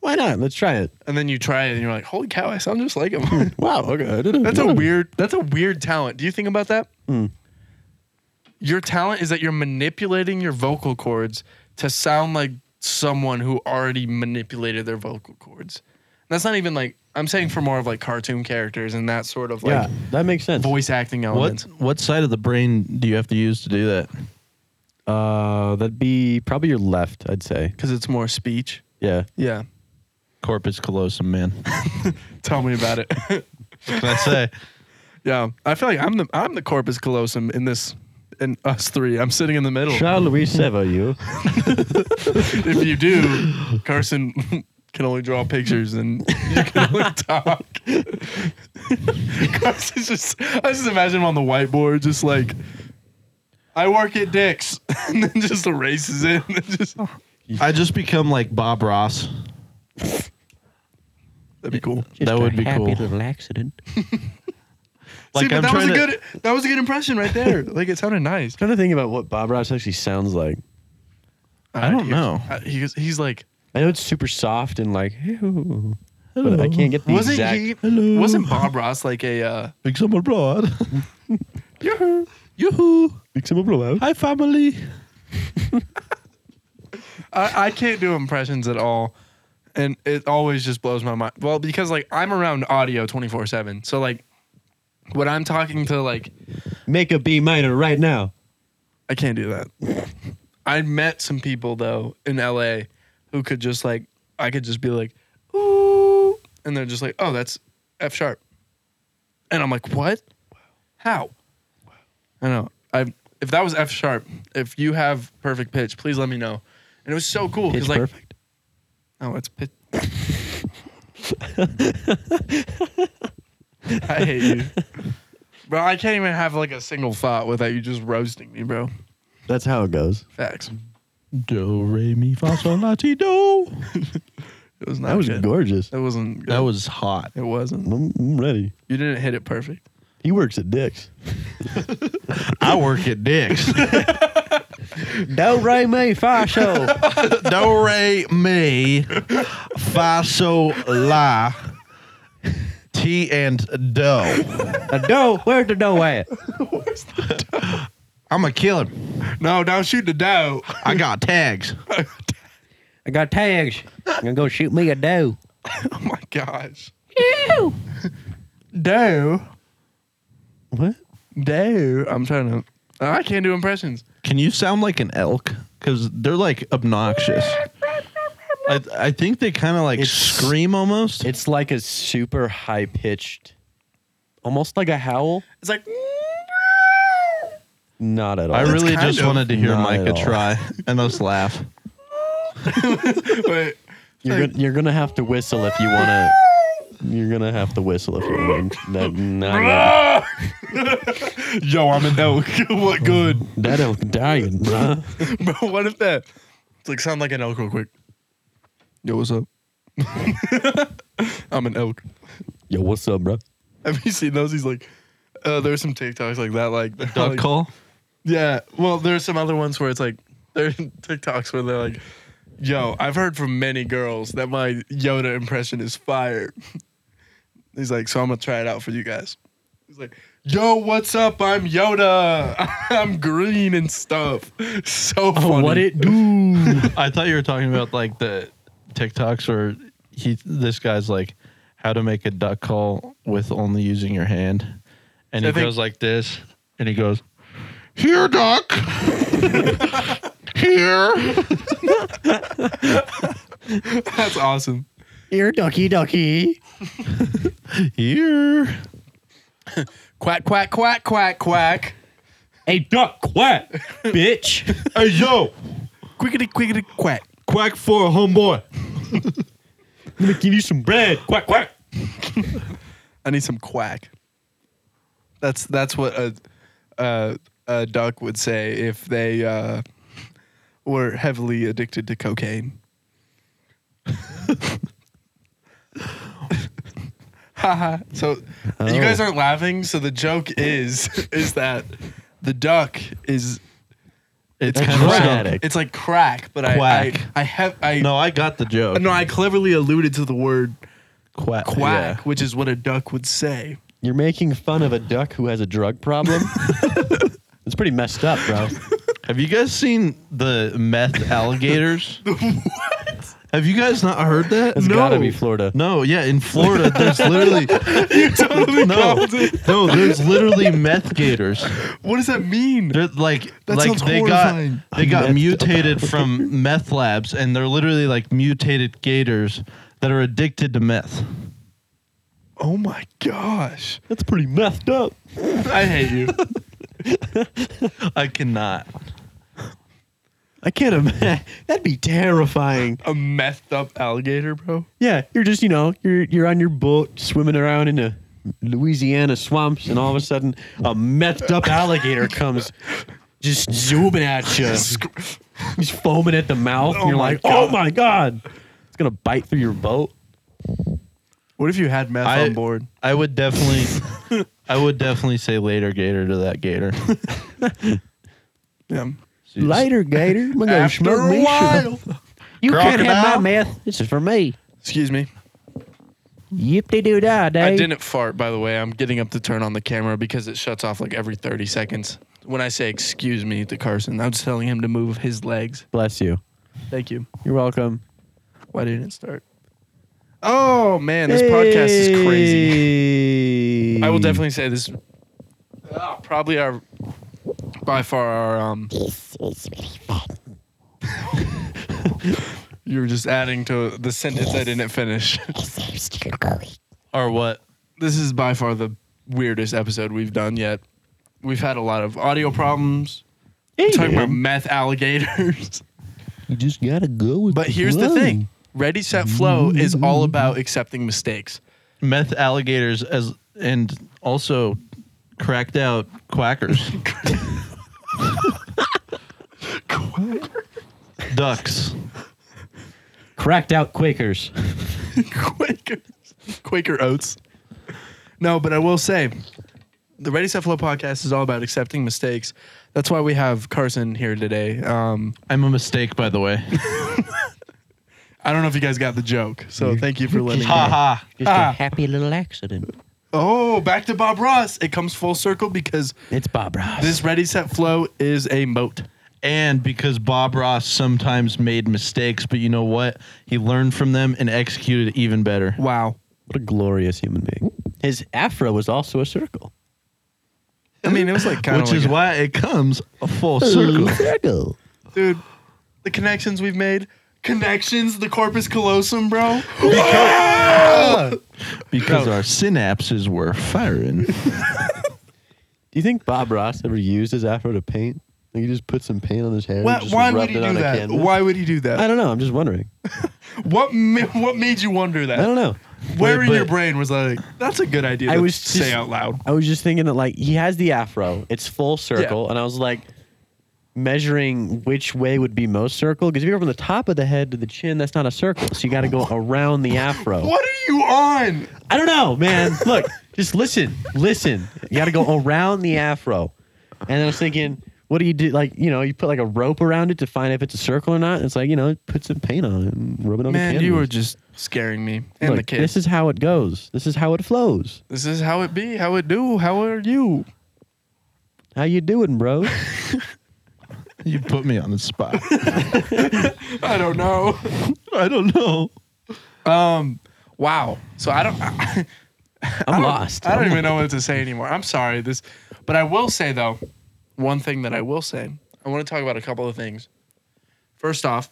S3: why not? Let's try it.
S1: And then you try it and you're like, holy cow, I sound just like him.
S5: Wow. Okay. I didn't
S1: That's a
S5: know.
S1: weird. That's a weird talent. Do you think about that? Your talent is that you're manipulating your vocal cords to sound like someone who already manipulated their vocal cords. And that's not even like I'm saying for more of like cartoon characters and that sort of like
S3: yeah, that makes sense.
S1: voice acting
S4: What
S1: elements.
S4: what side of the brain do you have to use to do that?
S3: Uh, that'd be probably your left, I'd say.
S1: Because it's more speech.
S3: Yeah.
S1: Yeah.
S4: Corpus callosum, man. (laughs)
S1: Tell me about it. (laughs)
S4: What can I say?
S1: yeah. I feel like I'm the I'm the corpus callosum in this in us three. I'm sitting in the middle.
S3: Shall we sever
S1: (laughs)
S3: you?
S1: if you do, Carson (laughs) can only draw pictures and you can
S4: (laughs)
S1: only talk. (laughs) Carson's just, I just imagine him on the whiteboard, just like, I work at Dick's, (laughs) and then just erases it. And then just,
S4: I just become like Bob Ross.
S1: that'd be cool.
S4: that would be cool.
S3: little accident.
S1: See,
S4: Like,
S1: but
S4: I'm
S1: that was a
S4: trying to-
S1: good that was a good impression right there.
S4: (laughs)
S1: Like it sounded nice.
S3: trying to think about what Bob Ross actually sounds like.
S1: I
S4: don't know.
S1: He was, he's like,
S3: I know it's super soft and like, "Ew," but I can't get the
S1: wasn't
S3: exact.
S1: he? Wasn't Bob Ross like a? Uh,
S4: Big summer abroad.
S1: (laughs) Yoo-hoo.
S4: Yoo-hoo.
S3: Makes him a blowout.
S4: Hi, family.
S1: I, I can't do impressions at all. And it always just blows my mind. Well, because like I'm around audio 24 7. So like when I'm talking to like,
S3: Make a B minor right now.
S1: I can't do that. I met some people though in LA who could just like, I could just be like, ooh. And they're just like, oh, that's F sharp. And I'm like, what? How? I know. I if that was F sharp, if you have perfect pitch, please let me know. And it was so cool
S3: Pitch
S1: because like
S3: perfect.
S1: Oh, it's pit. I hate you. Bro, I can't even have like a single thought without you just roasting me, bro.
S3: That's how it goes.
S1: Facts.
S4: Do, re, mi, fa, sol, la,
S1: (laughs)
S4: ti, do.
S1: It was not
S3: That was
S1: good.
S3: gorgeous.
S1: It wasn't good.
S4: That was hot.
S1: it wasn't.
S3: I'm, I'm ready.
S1: You didn't hit it perfect.
S3: He works at Dick's.
S4: I work at Dick's. (laughs)
S3: Do re mi fa so.
S4: do, re, mi, fa, sol, la, ti, and do.
S3: A dough. Where's the dough at?
S4: I'm a killer.
S1: No, don't shoot the dough.
S4: I got tags.
S3: I got tags. I'm gonna go shoot me a dough.
S1: (laughs) Oh my gosh. (laughs) dough.
S3: What?
S1: Dough. I'm trying to. I can't do impressions.
S4: Can you sound like an elk? Because they're like obnoxious. I, I think they kind of like
S3: It's-
S4: scream almost.
S3: It's like a super high pitched, almost like a howl.
S1: It's like. (laughs)
S3: Not at all.
S4: I really
S1: kind
S4: just
S1: of
S4: wanted to hear
S3: not at
S4: Micah
S3: all.
S4: try and
S3: (laughs)
S4: us laugh.
S1: Wait.
S3: You're gonna, you're gonna have to whistle if you wanna. You're gonna have to whistle if you want. That, nah,
S1: Yo, I'm an elk. (laughs) what good?
S3: nah. that elk dying, bruh.
S1: (laughs) Bro, what if that? It's like sound like an elk real quick. Yo, what's (laughs) up? I'm an elk.
S3: Yo, what's up, bruh?
S1: Have you seen those? He's like, uh, there's some TikToks like that, like they're
S3: Oh,
S4: Duck
S1: like-
S4: call.
S1: Yeah. Well, there's some other ones where it's like (laughs) there are TikToks where they're like, "Yo, I've heard from many girls that my Yoda impression is fire." (laughs) He's like, "So I'm gonna try it out for you guys." He's like, "Yo, what's up? I'm Yoda. (laughs) I'm green and stuff." (laughs) So funny.
S3: What it do?
S4: I thought you were talking about like the TikToks where he this guy's like how to make a duck call with only using your hand, and
S1: So
S4: he
S1: I think-
S4: goes like this, and he goes, "Here, duck, here."
S1: (laughs) That's awesome.
S3: Here, ducky, ducky.
S4: Here.
S1: Quack quack quack quack quack.
S3: Hey, duck, quack, bitch.
S4: Hey, yo,
S1: Quickity quickity quack.
S4: quack for a homeboy.
S3: (laughs) Let me give you some bread. Quack, quack.
S1: (laughs) I need some quack. That's that's what a a, a duck would say if they uh, were heavily addicted to cocaine. (laughs) Haha. so you guys
S3: Oh.
S1: aren't laughing. So the joke is (laughs) is that the duck is it's
S4: It's kind of
S1: crack.
S4: sound-
S1: It's like crack, but I, I
S4: Quack.
S1: I have I
S4: No, I got the joke.
S1: no I cleverly alluded to the word
S4: quack.
S1: quack, which is what a duck would say. (laughs)
S3: You're making fun of a duck who has a drug (laughs) problem? it's pretty messed up, bro.
S4: Have you guys seen the
S1: (laughs)
S4: meth alligators? what? Have you guys not heard that?
S3: It's gotta be Florida.
S4: No, yeah, in Florida,
S1: (laughs)
S4: there's literally you totally no, no, there's literally meth gators.
S1: What does that mean?
S4: They're like
S1: That
S4: like
S1: sounds
S4: they
S1: horrifying.
S4: got they got mutated from meth labs, and they're literally like mutated gators that are addicted to meth.
S1: Oh my gosh.
S3: That's pretty messed up.
S1: I hate you.
S4: I cannot.
S3: I can't imagine. (laughs) That'd be terrifying.
S1: A methed up alligator, bro.
S3: Yeah, you're just you know you're you're on your boat swimming around in the Louisiana swamps, and all of a sudden a messed up alligator comes, just zooming at you. He's foaming at the mouth,
S1: Oh
S3: and you're
S1: my
S3: like,
S1: God.
S3: oh my god, it's gonna bite through your boat.
S1: What if you had meth
S4: I-
S1: on board?
S4: I would definitely, (laughs) I would definitely say later gator to that gator.
S1: Yeah.
S3: Later, Gator. I'm gonna
S1: After a while.
S3: You
S4: can't have my
S3: meth. This is for me.
S1: Excuse me.
S3: Yip de doo da day.
S1: I didn't fart, by the way. I'm getting up to turn on the camera because it shuts off like every 30 seconds. When I say excuse me to Carson, I'm just telling him to move his legs.
S3: Bless you.
S1: Thank you.
S3: You're welcome.
S1: Why didn't it start? Oh man, this podcast is crazy.
S3: crazy.
S1: I will definitely say this uh, probably our by far our um (laughs) You were just adding to the sentence I didn't finish. (laughs)
S4: or what?
S1: this is by far the weirdest episode we've done yet. We've had a lot of audio problems. We're talking about meth alligators. (laughs)
S5: You just gotta go with
S1: But here's the thing. Ready set flow is all about accepting mistakes.
S4: Meth alligators as and also cracked out (laughs) quackers. Ducks.
S3: Cracked out
S1: (laughs)
S3: Quakers.
S1: Quaker, Quaker oats. No, but I will say, the Ready Set Flow podcast is all about accepting mistakes. That's why we have Carson here today. Um,
S4: I'm a mistake, by the way.
S1: I don't know if you guys got the joke,
S3: Mm-hmm.
S1: so thank you for letting me.
S4: ha ha.
S6: Just
S1: Ah.
S6: a happy little accident.
S1: Oh, back to Bob Ross. It comes full circle because
S3: It's Bob Ross.
S1: this Ready Set Flow is a moat.
S4: And because Bob Ross sometimes made mistakes, but you know what? He learned from them and executed even better.
S1: Wow.
S3: what a glorious human being. His afro was also a circle.
S1: I mean, it was like kind of
S4: Which is why it comes a full circle.
S6: Circle.
S1: dude, the connections we've made. Connections, the corpus callosum, bro.
S4: Because our synapses were firing. (laughs)
S3: Do you think Bob Ross ever used his afro to paint? Like he just put some paint on his hair.
S1: Why,
S3: and just
S1: why would
S3: rubbed
S1: he
S3: it
S1: do
S3: on a
S1: that?
S3: canvas?
S1: Why would he do
S3: I
S1: that?
S3: don't know. I'm just wondering.
S1: What ma- what made you wonder that?
S3: I don't
S1: (laughs)
S3: know.
S1: Where
S4: Wait,
S1: in your
S4: but-
S1: brain was like, that's a good idea
S3: I
S1: to
S3: was
S1: say
S3: just-
S1: out loud?
S3: I was just thinking that like he has the afro. It's full circle, and I was like measuring which way would be most circle because if you go from the top of the head to the chin, that's
S1: (laughs)
S3: not a circle. So you got to go around the afro.
S1: What are you on?
S3: I don't know, man. Look, Just listen, listen. You got to go around the afro. And then I was thinking, what do you do? Like, you know, you put like a rope around it to find if it's a circle or not. It's like, you know, put some paint on it and rub it on the
S1: Man, you
S3: canvas.
S1: were just scaring me and the
S3: Look,
S1: kid.
S3: This is how it goes. This is how it flows.
S1: This is how it be, how it do, how are you?
S3: How you doing,
S1: (laughs)
S3: bro?
S4: You put me on the spot.
S1: I don't know.
S4: I don't know.
S1: Um, wow. So I don't. I,
S3: I'm lost.
S1: I don't
S3: I'm
S1: even know what to say anymore. I'm sorry. This, but I will say though, one thing that I will say, I want to talk about a couple of things. First off,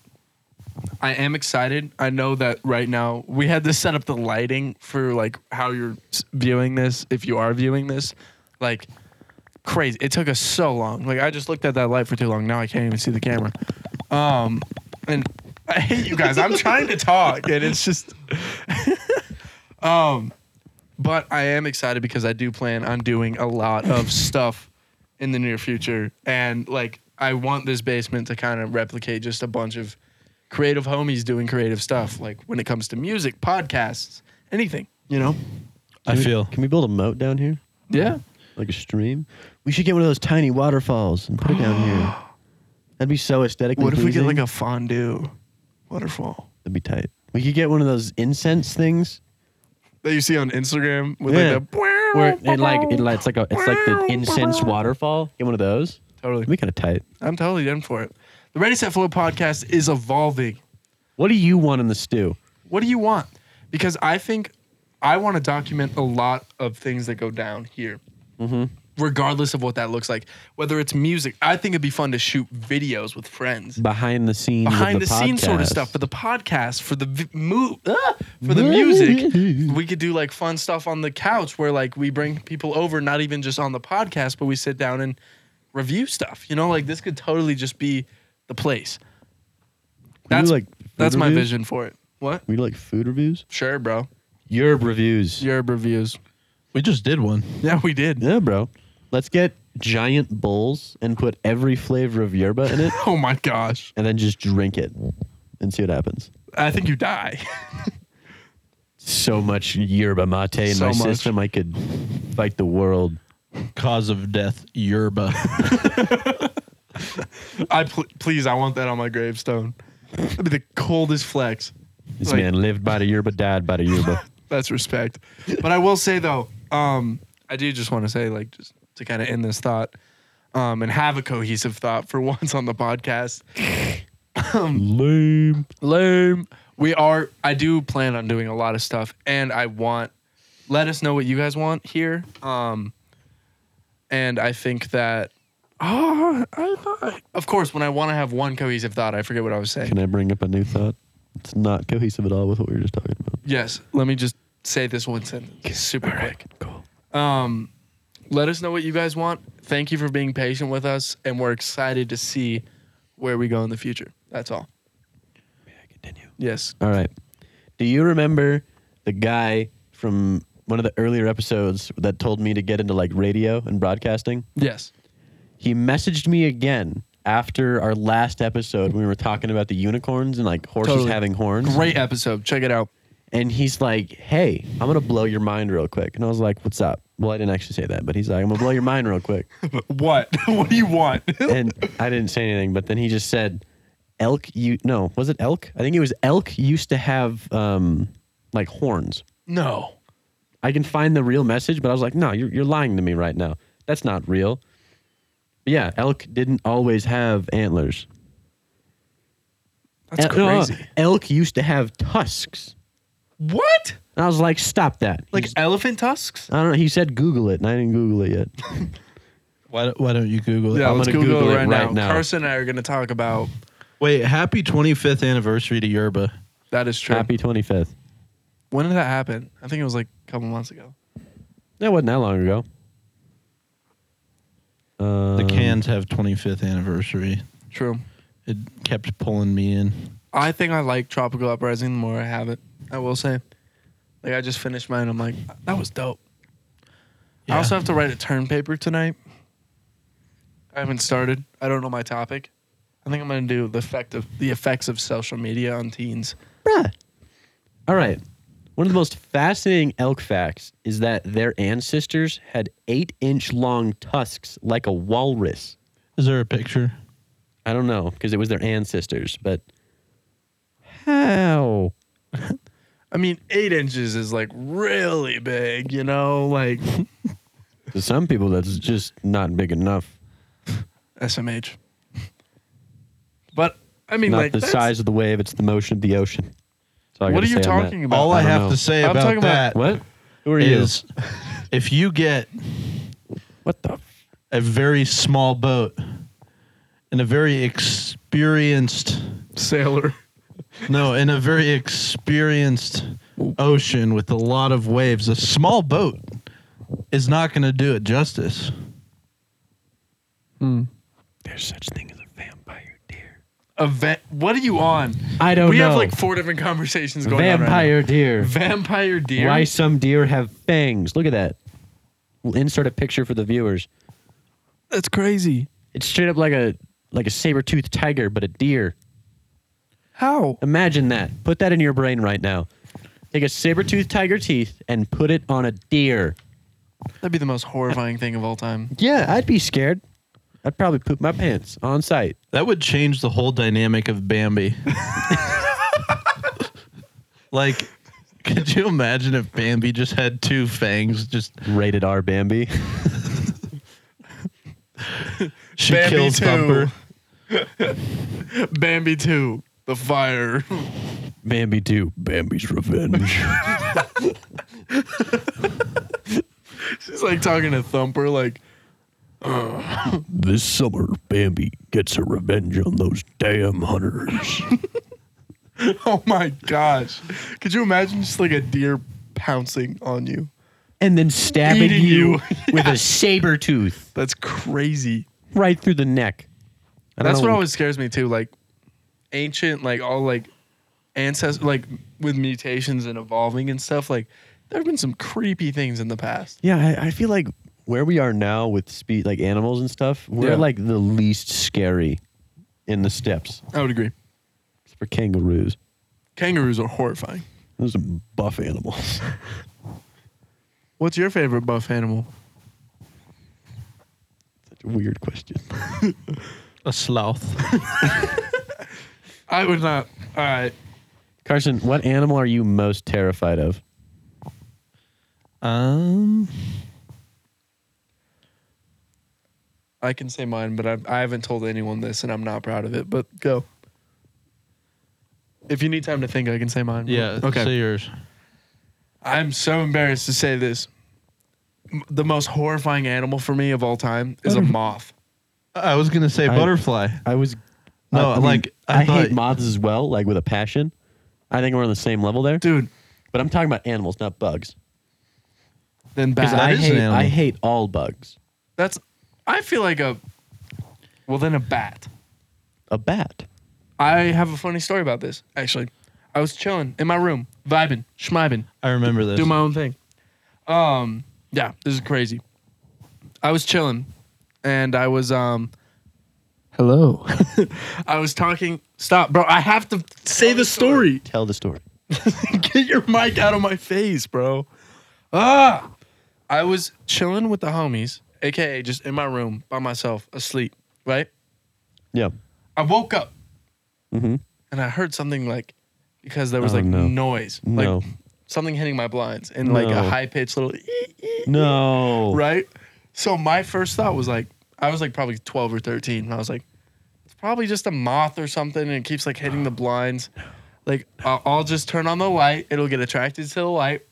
S1: I am excited. I know that right now we had to set up the lighting for like how you're s- viewing this, if you are viewing this, like crazy. It took us so long. Like I just looked at that light for too long. Now I can't even see the camera. Um, and I hate you guys. I'm trying to talk, and it's just. um, but I am excited because I do plan on doing a lot of
S3: (laughs)
S1: stuff in the near future, and like I want this basement to kind of replicate just a bunch of creative homies doing creative stuff, like when it comes to music, podcasts, anything. You know?
S4: I feel.
S3: Can we build a moat down here?
S1: Yeah.
S3: Like a stream? We should get one of those tiny waterfalls and put it down
S1: (gasps)
S3: here. That'd be so aesthetic.
S1: What if we get like a fondue waterfall?
S3: That'd be tight. We could get one of those incense things
S1: That you see on Instagram with
S3: Yeah.
S1: like the
S3: where it like it like it's like a it's like
S1: (laughs)
S3: the incense waterfall. Get one of those.
S1: totally.
S3: That'd be kind of tight.
S1: I'm totally in for it. The Ready Set Flow podcast is evolving.
S3: What do you want in the stew?
S1: What do you want? Because I think I want to document a lot of things that go down here,
S3: Mm-hmm.
S1: regardless of what that looks like. Whether it's music, I think it'd be fun to shoot videos with friends,
S3: Behind the scenes. of
S1: behind the,
S3: the,
S1: scenes sort of
S3: podcast.
S1: stuff for the podcast, for the vi- mo- ah, for the music. we could do like fun stuff on the couch where like we bring people over, not even just on the podcast, but we sit down and review stuff. You know, like this could totally just be the place.
S3: We do,
S1: That's
S3: like,
S1: like
S3: food
S1: that's my
S3: reviews?
S1: vision for it. What?
S3: We do like food reviews.
S1: Sure, bro.
S3: Europe reviews.
S1: Yerb reviews.
S4: We just did one.
S1: Yeah, we did.
S3: Yeah, bro. Let's get giant bowls and put every flavor of yerba in
S1: (laughs)
S3: it,
S1: Oh my gosh.
S3: and then just drink it and see what happens.
S1: I think you die. (laughs)
S3: So much yerba mate in
S1: So
S3: my
S1: much.
S3: system, I could fight the world.
S4: Cause of death,
S1: (laughs)
S4: yerba.
S1: I pl- please, I want that on my gravestone. That'd be the coldest flex.
S3: This
S1: Like-
S3: man lived by the yerba, died by the
S1: (laughs)
S3: yerba.
S1: That's respect. But I will say though, um, I do just want to say, like, just to kind of end this thought, um, and have a cohesive thought for (laughs) once on the podcast.
S3: Lame.
S1: Lame. We are. I do plan on doing a lot of stuff, and I want. Let us know what you guys want here. Um, and I think that. Oh, I thought. Of course, when I want to have one cohesive thought, I forget what I was saying.
S3: Can I bring up a new thought? It's not cohesive at all with what we were just talking about.
S1: Yes, let me just say this one sentence, super quick.
S3: Cool.
S1: Um, let us know what you guys want. Thank you for being patient with us, and we're excited to see where we go in the future. That's all.
S3: Continue.
S1: Yes.
S3: All right. Do you remember the guy from one of the earlier episodes that told me to get into like radio and broadcasting?
S1: Yes.
S3: He messaged me again after our last episode when we were talking about the unicorns and like horses
S1: Totally.
S3: having horns.
S1: Great episode. Check it out.
S3: And he's like, hey, I'm going to blow your mind real quick. And I was like, what's up? Well, I didn't actually say that, but he's like, I'm going to blow your mind real
S1: (laughs)
S3: quick.
S1: What?
S4: (laughs)
S1: what do you want?
S3: and I didn't say anything, but then he just said, elk, you, no, was it elk? I think it was elk used to have um, like horns.
S1: no.
S3: I can find the real message, but I was like, no, you're, you're lying to me right now. That's not real. But yeah, elk didn't always have antlers.
S1: That's
S3: El- no,
S1: crazy.
S3: elk used to have tusks.
S1: What?
S3: And I was like, stop that.
S1: Like
S3: He's- Uh,
S1: elephant tusks?
S3: I don't know. He said Google it, and I didn't Google it yet.
S4: Why, don't- why don't you Google it?
S1: Yeah,
S3: I'm
S1: let's
S3: gonna
S1: Google,
S3: Google
S1: it
S3: it
S1: right, now.
S3: right now.
S1: Carson and I are going to talk about
S4: Wait, happy 25th anniversary to yerba.
S1: that is true.
S3: Happy 25th.
S1: When did that happen? I think it was like a couple months ago.
S3: That wasn't that long ago. Uh,
S1: Um,
S4: The cans have 25th anniversary.
S1: True.
S4: It kept pulling me in.
S1: I think I like Tropical Uprising the more I have it. I will say. Like I just finished mine. I'm like, that was dope. I
S4: Yeah.
S1: also have to write a term paper tonight. I haven't started. I don't know my topic. I think I'm gonna do the effect of the effects of social media on teens.
S3: Bruh. All right. One of the most fascinating elk facts is that their ancestors had eight inch long tusks like a walrus.
S4: Is there a picture?
S3: I don't know because it was their ancestors, but how?
S1: I mean, eight inches is like really big, you know? Like
S5: To some people, that's just not big enough.
S1: SMH. But I mean,
S3: Not
S1: like
S3: the
S1: that's-
S3: size of the wave; it's the motion of the ocean. That's all I
S1: What are
S3: gotta
S1: you
S3: say on that.
S1: talking about?
S4: All I,
S1: don't
S4: have
S1: know.
S4: to say
S1: I'm
S4: about
S1: talking
S4: that
S1: about-
S3: What? Who are you?
S4: is (laughs) if you get
S5: What the? F-
S4: a very small boat and a very experienced
S1: sailor.
S4: no in a very experienced ocean with a lot of waves a small boat is not going to do it justice
S5: There's such thing as a vampire deer.
S1: Event. What are you on?
S3: I don't
S1: we
S3: know.
S1: have like four different conversations going on. right now.
S3: Vampire deer.
S1: Vampire deer.
S3: Why some deer have fangs? Look at that. We'll insert a picture for the viewers.
S1: That's crazy.
S3: It's straight up like a like a saber-toothed tiger, but a deer.
S1: How?
S3: Imagine that. Put that in your brain right now. Take a saber-toothed tiger teeth and put it on a deer.
S1: That'd be the most horrifying thing of all time.
S3: Yeah, I'd be scared. I'd probably poop my pants on sight.
S4: that would change the whole dynamic of bambi (laughs) like could you imagine if bambi just had two fangs just
S3: Rated R (laughs) Bambi.
S4: she
S1: Bambi
S4: kills
S1: too.
S4: bumper
S1: (laughs) Bambi two. The fire. (laughs)
S5: Bambi 2, Bambi's Revenge.
S1: She's like talking to Thumper. Like
S5: this summer, Bambi gets her revenge on those damn hunters.
S1: Oh my gosh. Could you imagine just like a deer pouncing on you?
S3: (laughs) and then stabbing
S1: Eating
S3: you,
S1: you.
S3: with a saber tooth
S1: That's crazy.
S3: (laughs) right through the neck. I don't
S1: That's what
S3: know-
S1: always scares me too. Like ancient, like all like ancestors, like with mutations and evolving and stuff. Like there have been some creepy things in the past.
S3: Yeah, I, I feel like where we are now with spe- like animals and stuff, we're
S1: Yeah.
S3: like the least scary in the steps
S1: I would agree.
S3: Except for kangaroos.
S1: Kangaroos are horrifying.
S5: Those are
S3: (laughs)
S5: buff animals.
S1: What's your favorite buff animal?
S5: Such a weird question.
S4: a sloth
S1: I would not. All right.
S3: Carson, what animal are you most terrified of?
S4: um
S1: I can say mine, but I, I haven't told anyone this and I'm not proud of it, but go. If you need time to think, I can say mine.
S4: yeah
S1: Okay.
S4: say yours
S1: I'm so embarrassed to say this. M- The most horrifying animal for me of all time is a moth.
S4: I was gonna say
S3: I-
S4: butterfly.
S3: I was
S4: No,
S3: mean,
S4: like, I
S3: I, hate
S4: thought-
S3: moths as well, like with a passion. I think we're on the same level there.
S1: Dude,
S3: But I'm talking about animals, not bugs.
S1: then
S3: Because
S1: bat.
S3: I
S4: is an
S3: hate
S4: animal.
S3: I hate all bugs.
S1: That's I feel like a well then a bat.
S3: A bat.
S1: I have a funny story about this, actually. I was chilling in my room, vibing, schmibing,
S4: I remember this.
S1: do my own thing. Um, yeah, this is crazy. I was chilling, and I was um, hello. I was talking. Stop, bro. I have to say the story.
S3: (laughs) Tell the story.
S1: (laughs) Get your mic out of my face, bro. Ah, I was chilling with the homies, aka just in my room by myself, asleep. Right.
S3: Yeah.
S1: I woke up,
S3: Mhm.
S1: and I heard something like because there was
S3: Oh,
S1: like
S3: no.
S1: noise,
S3: No.
S1: like something hitting my blinds, and like a
S3: No.
S1: high pitched little. "ee, ee,"
S3: No.
S1: right? So my first thought was like, I was like probably 12 or 13, and I was like, it's probably just a moth or something, and it keeps like hitting the blinds. Like, I'll, I'll just turn on the light, it'll get attracted to the light.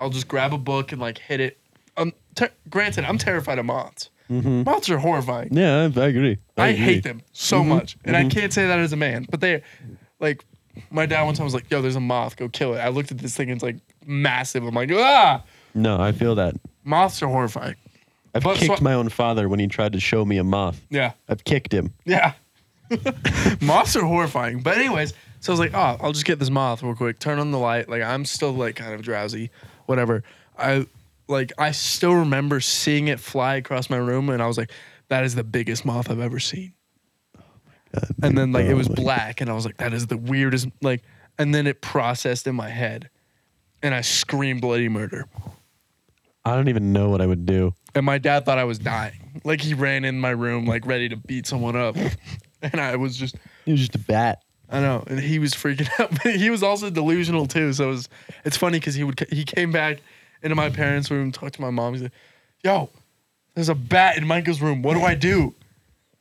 S1: I'll just grab a book and like hit it. Um, ter- granted, I'm terrified of moths.
S3: Mm-hmm.
S1: Moths are horrifying.
S3: Yeah, I, I agree.
S1: I,
S3: agree.
S1: hate them so much, and I can't say that as a man, but they, like, my dad one time was like, "Yo, there's a moth, go kill it." I looked at this thing and it's like massive. I'm like, ah,
S3: No, I feel that.
S1: moths are horrifying.
S3: I've
S1: But
S3: kicked
S1: so-
S3: my own father when he tried to show me a moth.
S1: Yeah.
S3: I've kicked him.
S1: Yeah. (laughs) Moths are horrifying. But anyways, so I was like, oh, I'll just get this moth real quick. Turn on the light. Like I'm still like kind of drowsy, whatever. I like I still remember seeing it fly across my room, and I was like, that is the biggest moth I've ever seen. and then like it was black, and I was like, that is the weirdest. Like, and then it processed in my head, and I screamed bloody murder.
S3: I don't even know what I would do.
S1: And my dad thought I was dying. Like he ran in my room, like ready to beat someone up. (laughs) And I was just,
S3: It was just a bat.
S1: I know. And he was freaking (laughs) out. But he was also delusional too. So it was, it's funny because he would, c- he came back into my parents' room, talked to my mom. He's like, yo, there's a bat in Michael's room. What do I do?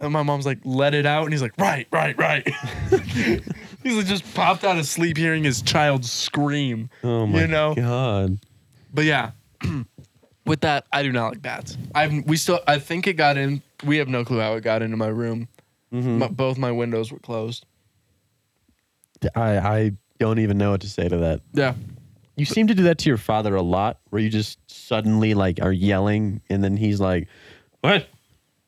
S1: And my mom's like, let it out. And he's like, right, right, right. (laughs) he's like, just popped out of sleep hearing his child scream.
S3: Oh
S1: You know?
S3: god.
S1: But yeah, (clears throat) with that, I do not like bats. I've we still I think it got in. We have no clue how it got into my room.
S3: Mm-hmm.
S1: My- both my windows were closed.
S3: I I don't even know what to say to that.
S1: Yeah,
S3: You seem to do that to your father a lot, where you just suddenly like are yelling, and then he's like, "What?"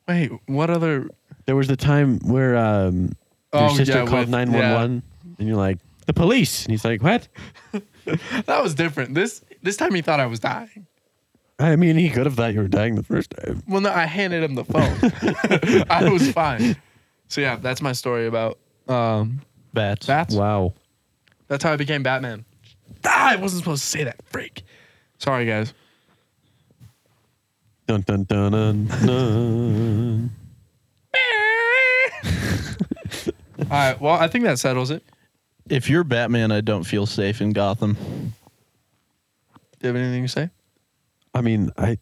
S1: Wait, what other?
S3: There was the time where um, your
S1: Oh,
S3: sister
S1: yeah,
S3: called
S1: with-
S3: nine one one, and you're like, "The police!" And he's like, "What?"
S1: That was different. This this time he thought I was dying.
S3: I mean, he could have thought you were dying the first time.
S1: Well, no, I handed him the phone. (laughs) I was fine. So yeah, that's my story about um,
S4: Bats.
S1: bats.
S3: Wow.
S1: That's how I became Batman. Ah, I wasn't supposed to say that. Freak. Sorry,
S3: (laughs)
S1: guys.
S3: Dun dun dun dun. dun.
S1: All right. Well, I think that settles it.
S4: If you're Batman, I don't feel safe in Gotham.
S1: Do you have anything to say?
S3: I mean, I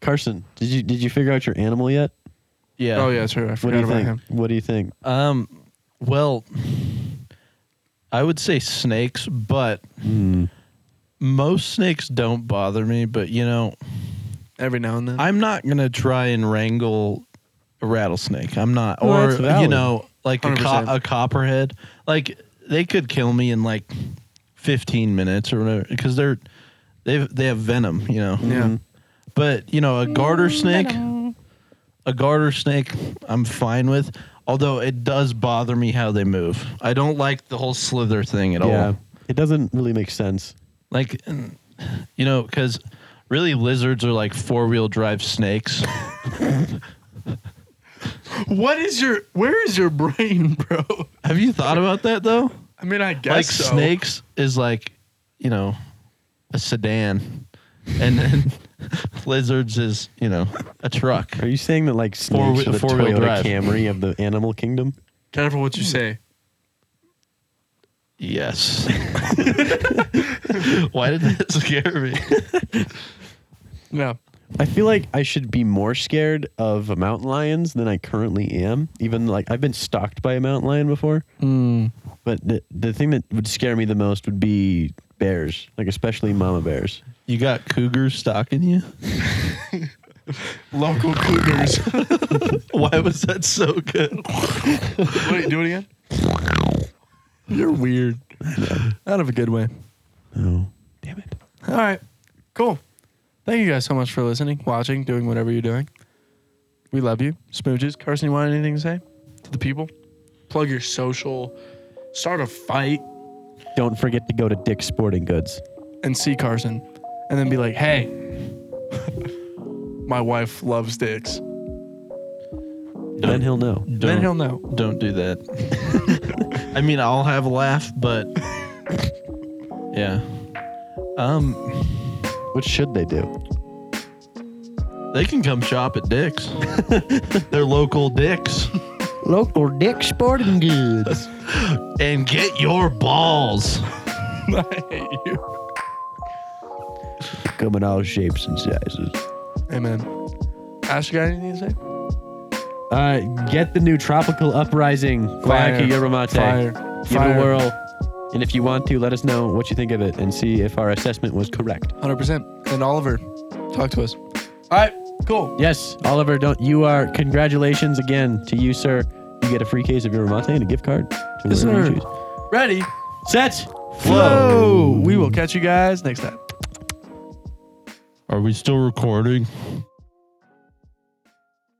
S3: Carson, did you did you figure out your animal yet?
S4: Yeah.
S1: Oh yeah, true. I
S3: What do
S1: forgot
S3: you
S1: about
S3: think?
S1: him.
S3: What do you think?
S4: Um, well, I would say snakes, but
S3: Mm,
S4: most snakes don't bother me. But you know,
S1: Every now and then.
S4: I'm not gonna try and wrangle a rattlesnake. I'm not,
S3: Well,
S4: or
S3: that's valid.
S4: you know, like a, co-
S1: 100%.
S4: a copperhead. Like they could kill me in like 15 minutes or whatever because they're they have they have venom. You know.
S3: Mm-hmm.
S1: yeah.
S4: But you know, a garter snake, a garter snake, I'm fine with. Although it does bother me how they move. I don't like the whole slither thing at
S3: Yeah,
S4: all.
S3: it doesn't really make sense.
S4: Like, you know, because really lizards are like four wheel drive snakes. (laughs)
S1: What is your where is your brain, (laughs) bro?
S4: Have you thought about that though?
S1: I mean, I guess
S4: like
S1: so.
S4: snakes is like, you know, a sedan, and then (laughs) lizards is you know a truck.
S3: Are you saying that like snakes
S4: Four-wheel-
S3: are the
S4: four-wheel
S3: Toyota
S4: drive.
S3: Camry of the animal kingdom?
S1: Careful what you say.
S4: Yes. (laughs) Why did that scare me?
S1: Yeah.
S3: I feel like I should be more scared of mountain lions than I currently am. Even like I've been stalked by a mountain lion before. But the the thing that would scare me the most would be bears, like especially mama bears.
S4: You got cougars stalking you?
S1: Local cougars.
S4: Why was that so good?
S1: (laughs) Wait, do it again. You're weird. Out of a good way.
S3: Oh, damn it.
S1: All right. Cool. Thank you guys so much for listening, watching, doing whatever you're doing. We love you. Smooches. Carson, you want anything to say to the people? Plug your social, start a fight,
S3: Don't forget to go to Dick's Sporting Goods.
S1: and see Carson and then be like, hey, my wife loves dicks.
S3: Then he'll know.
S1: Then
S4: Don't-
S1: he'll know.
S4: Don't do that. (laughs) I mean, I'll have a laugh, but yeah. Um,
S3: What should they do?
S4: they can come shop at (laughs) Dick's. They're local Dick's.
S3: Local Dick Sporting (laughs) Goods.
S4: And get your balls.
S1: I hate you.
S3: Come in all shapes and sizes.
S1: Amen. Ash, you got anything to say?
S3: Uh, get the new Tropical Uprising
S1: Fire.
S3: Guayaki Yerba Mate.
S1: Fire.
S3: Give it
S1: Fire.
S3: a whirl. And if you want to, let us know what you think of it and see if our assessment was correct.
S1: 100%. And Oliver, talk to us. All right, cool.
S3: Yes, Oliver, don't you are congratulations again to you, sir. You get a free case of Yerba Mate and a gift card. To
S1: Yes,
S3: wherever
S1: sir.
S3: you choose.
S1: Ready?
S3: Set.
S1: Flow. We will catch you guys next time.
S4: Are we still recording?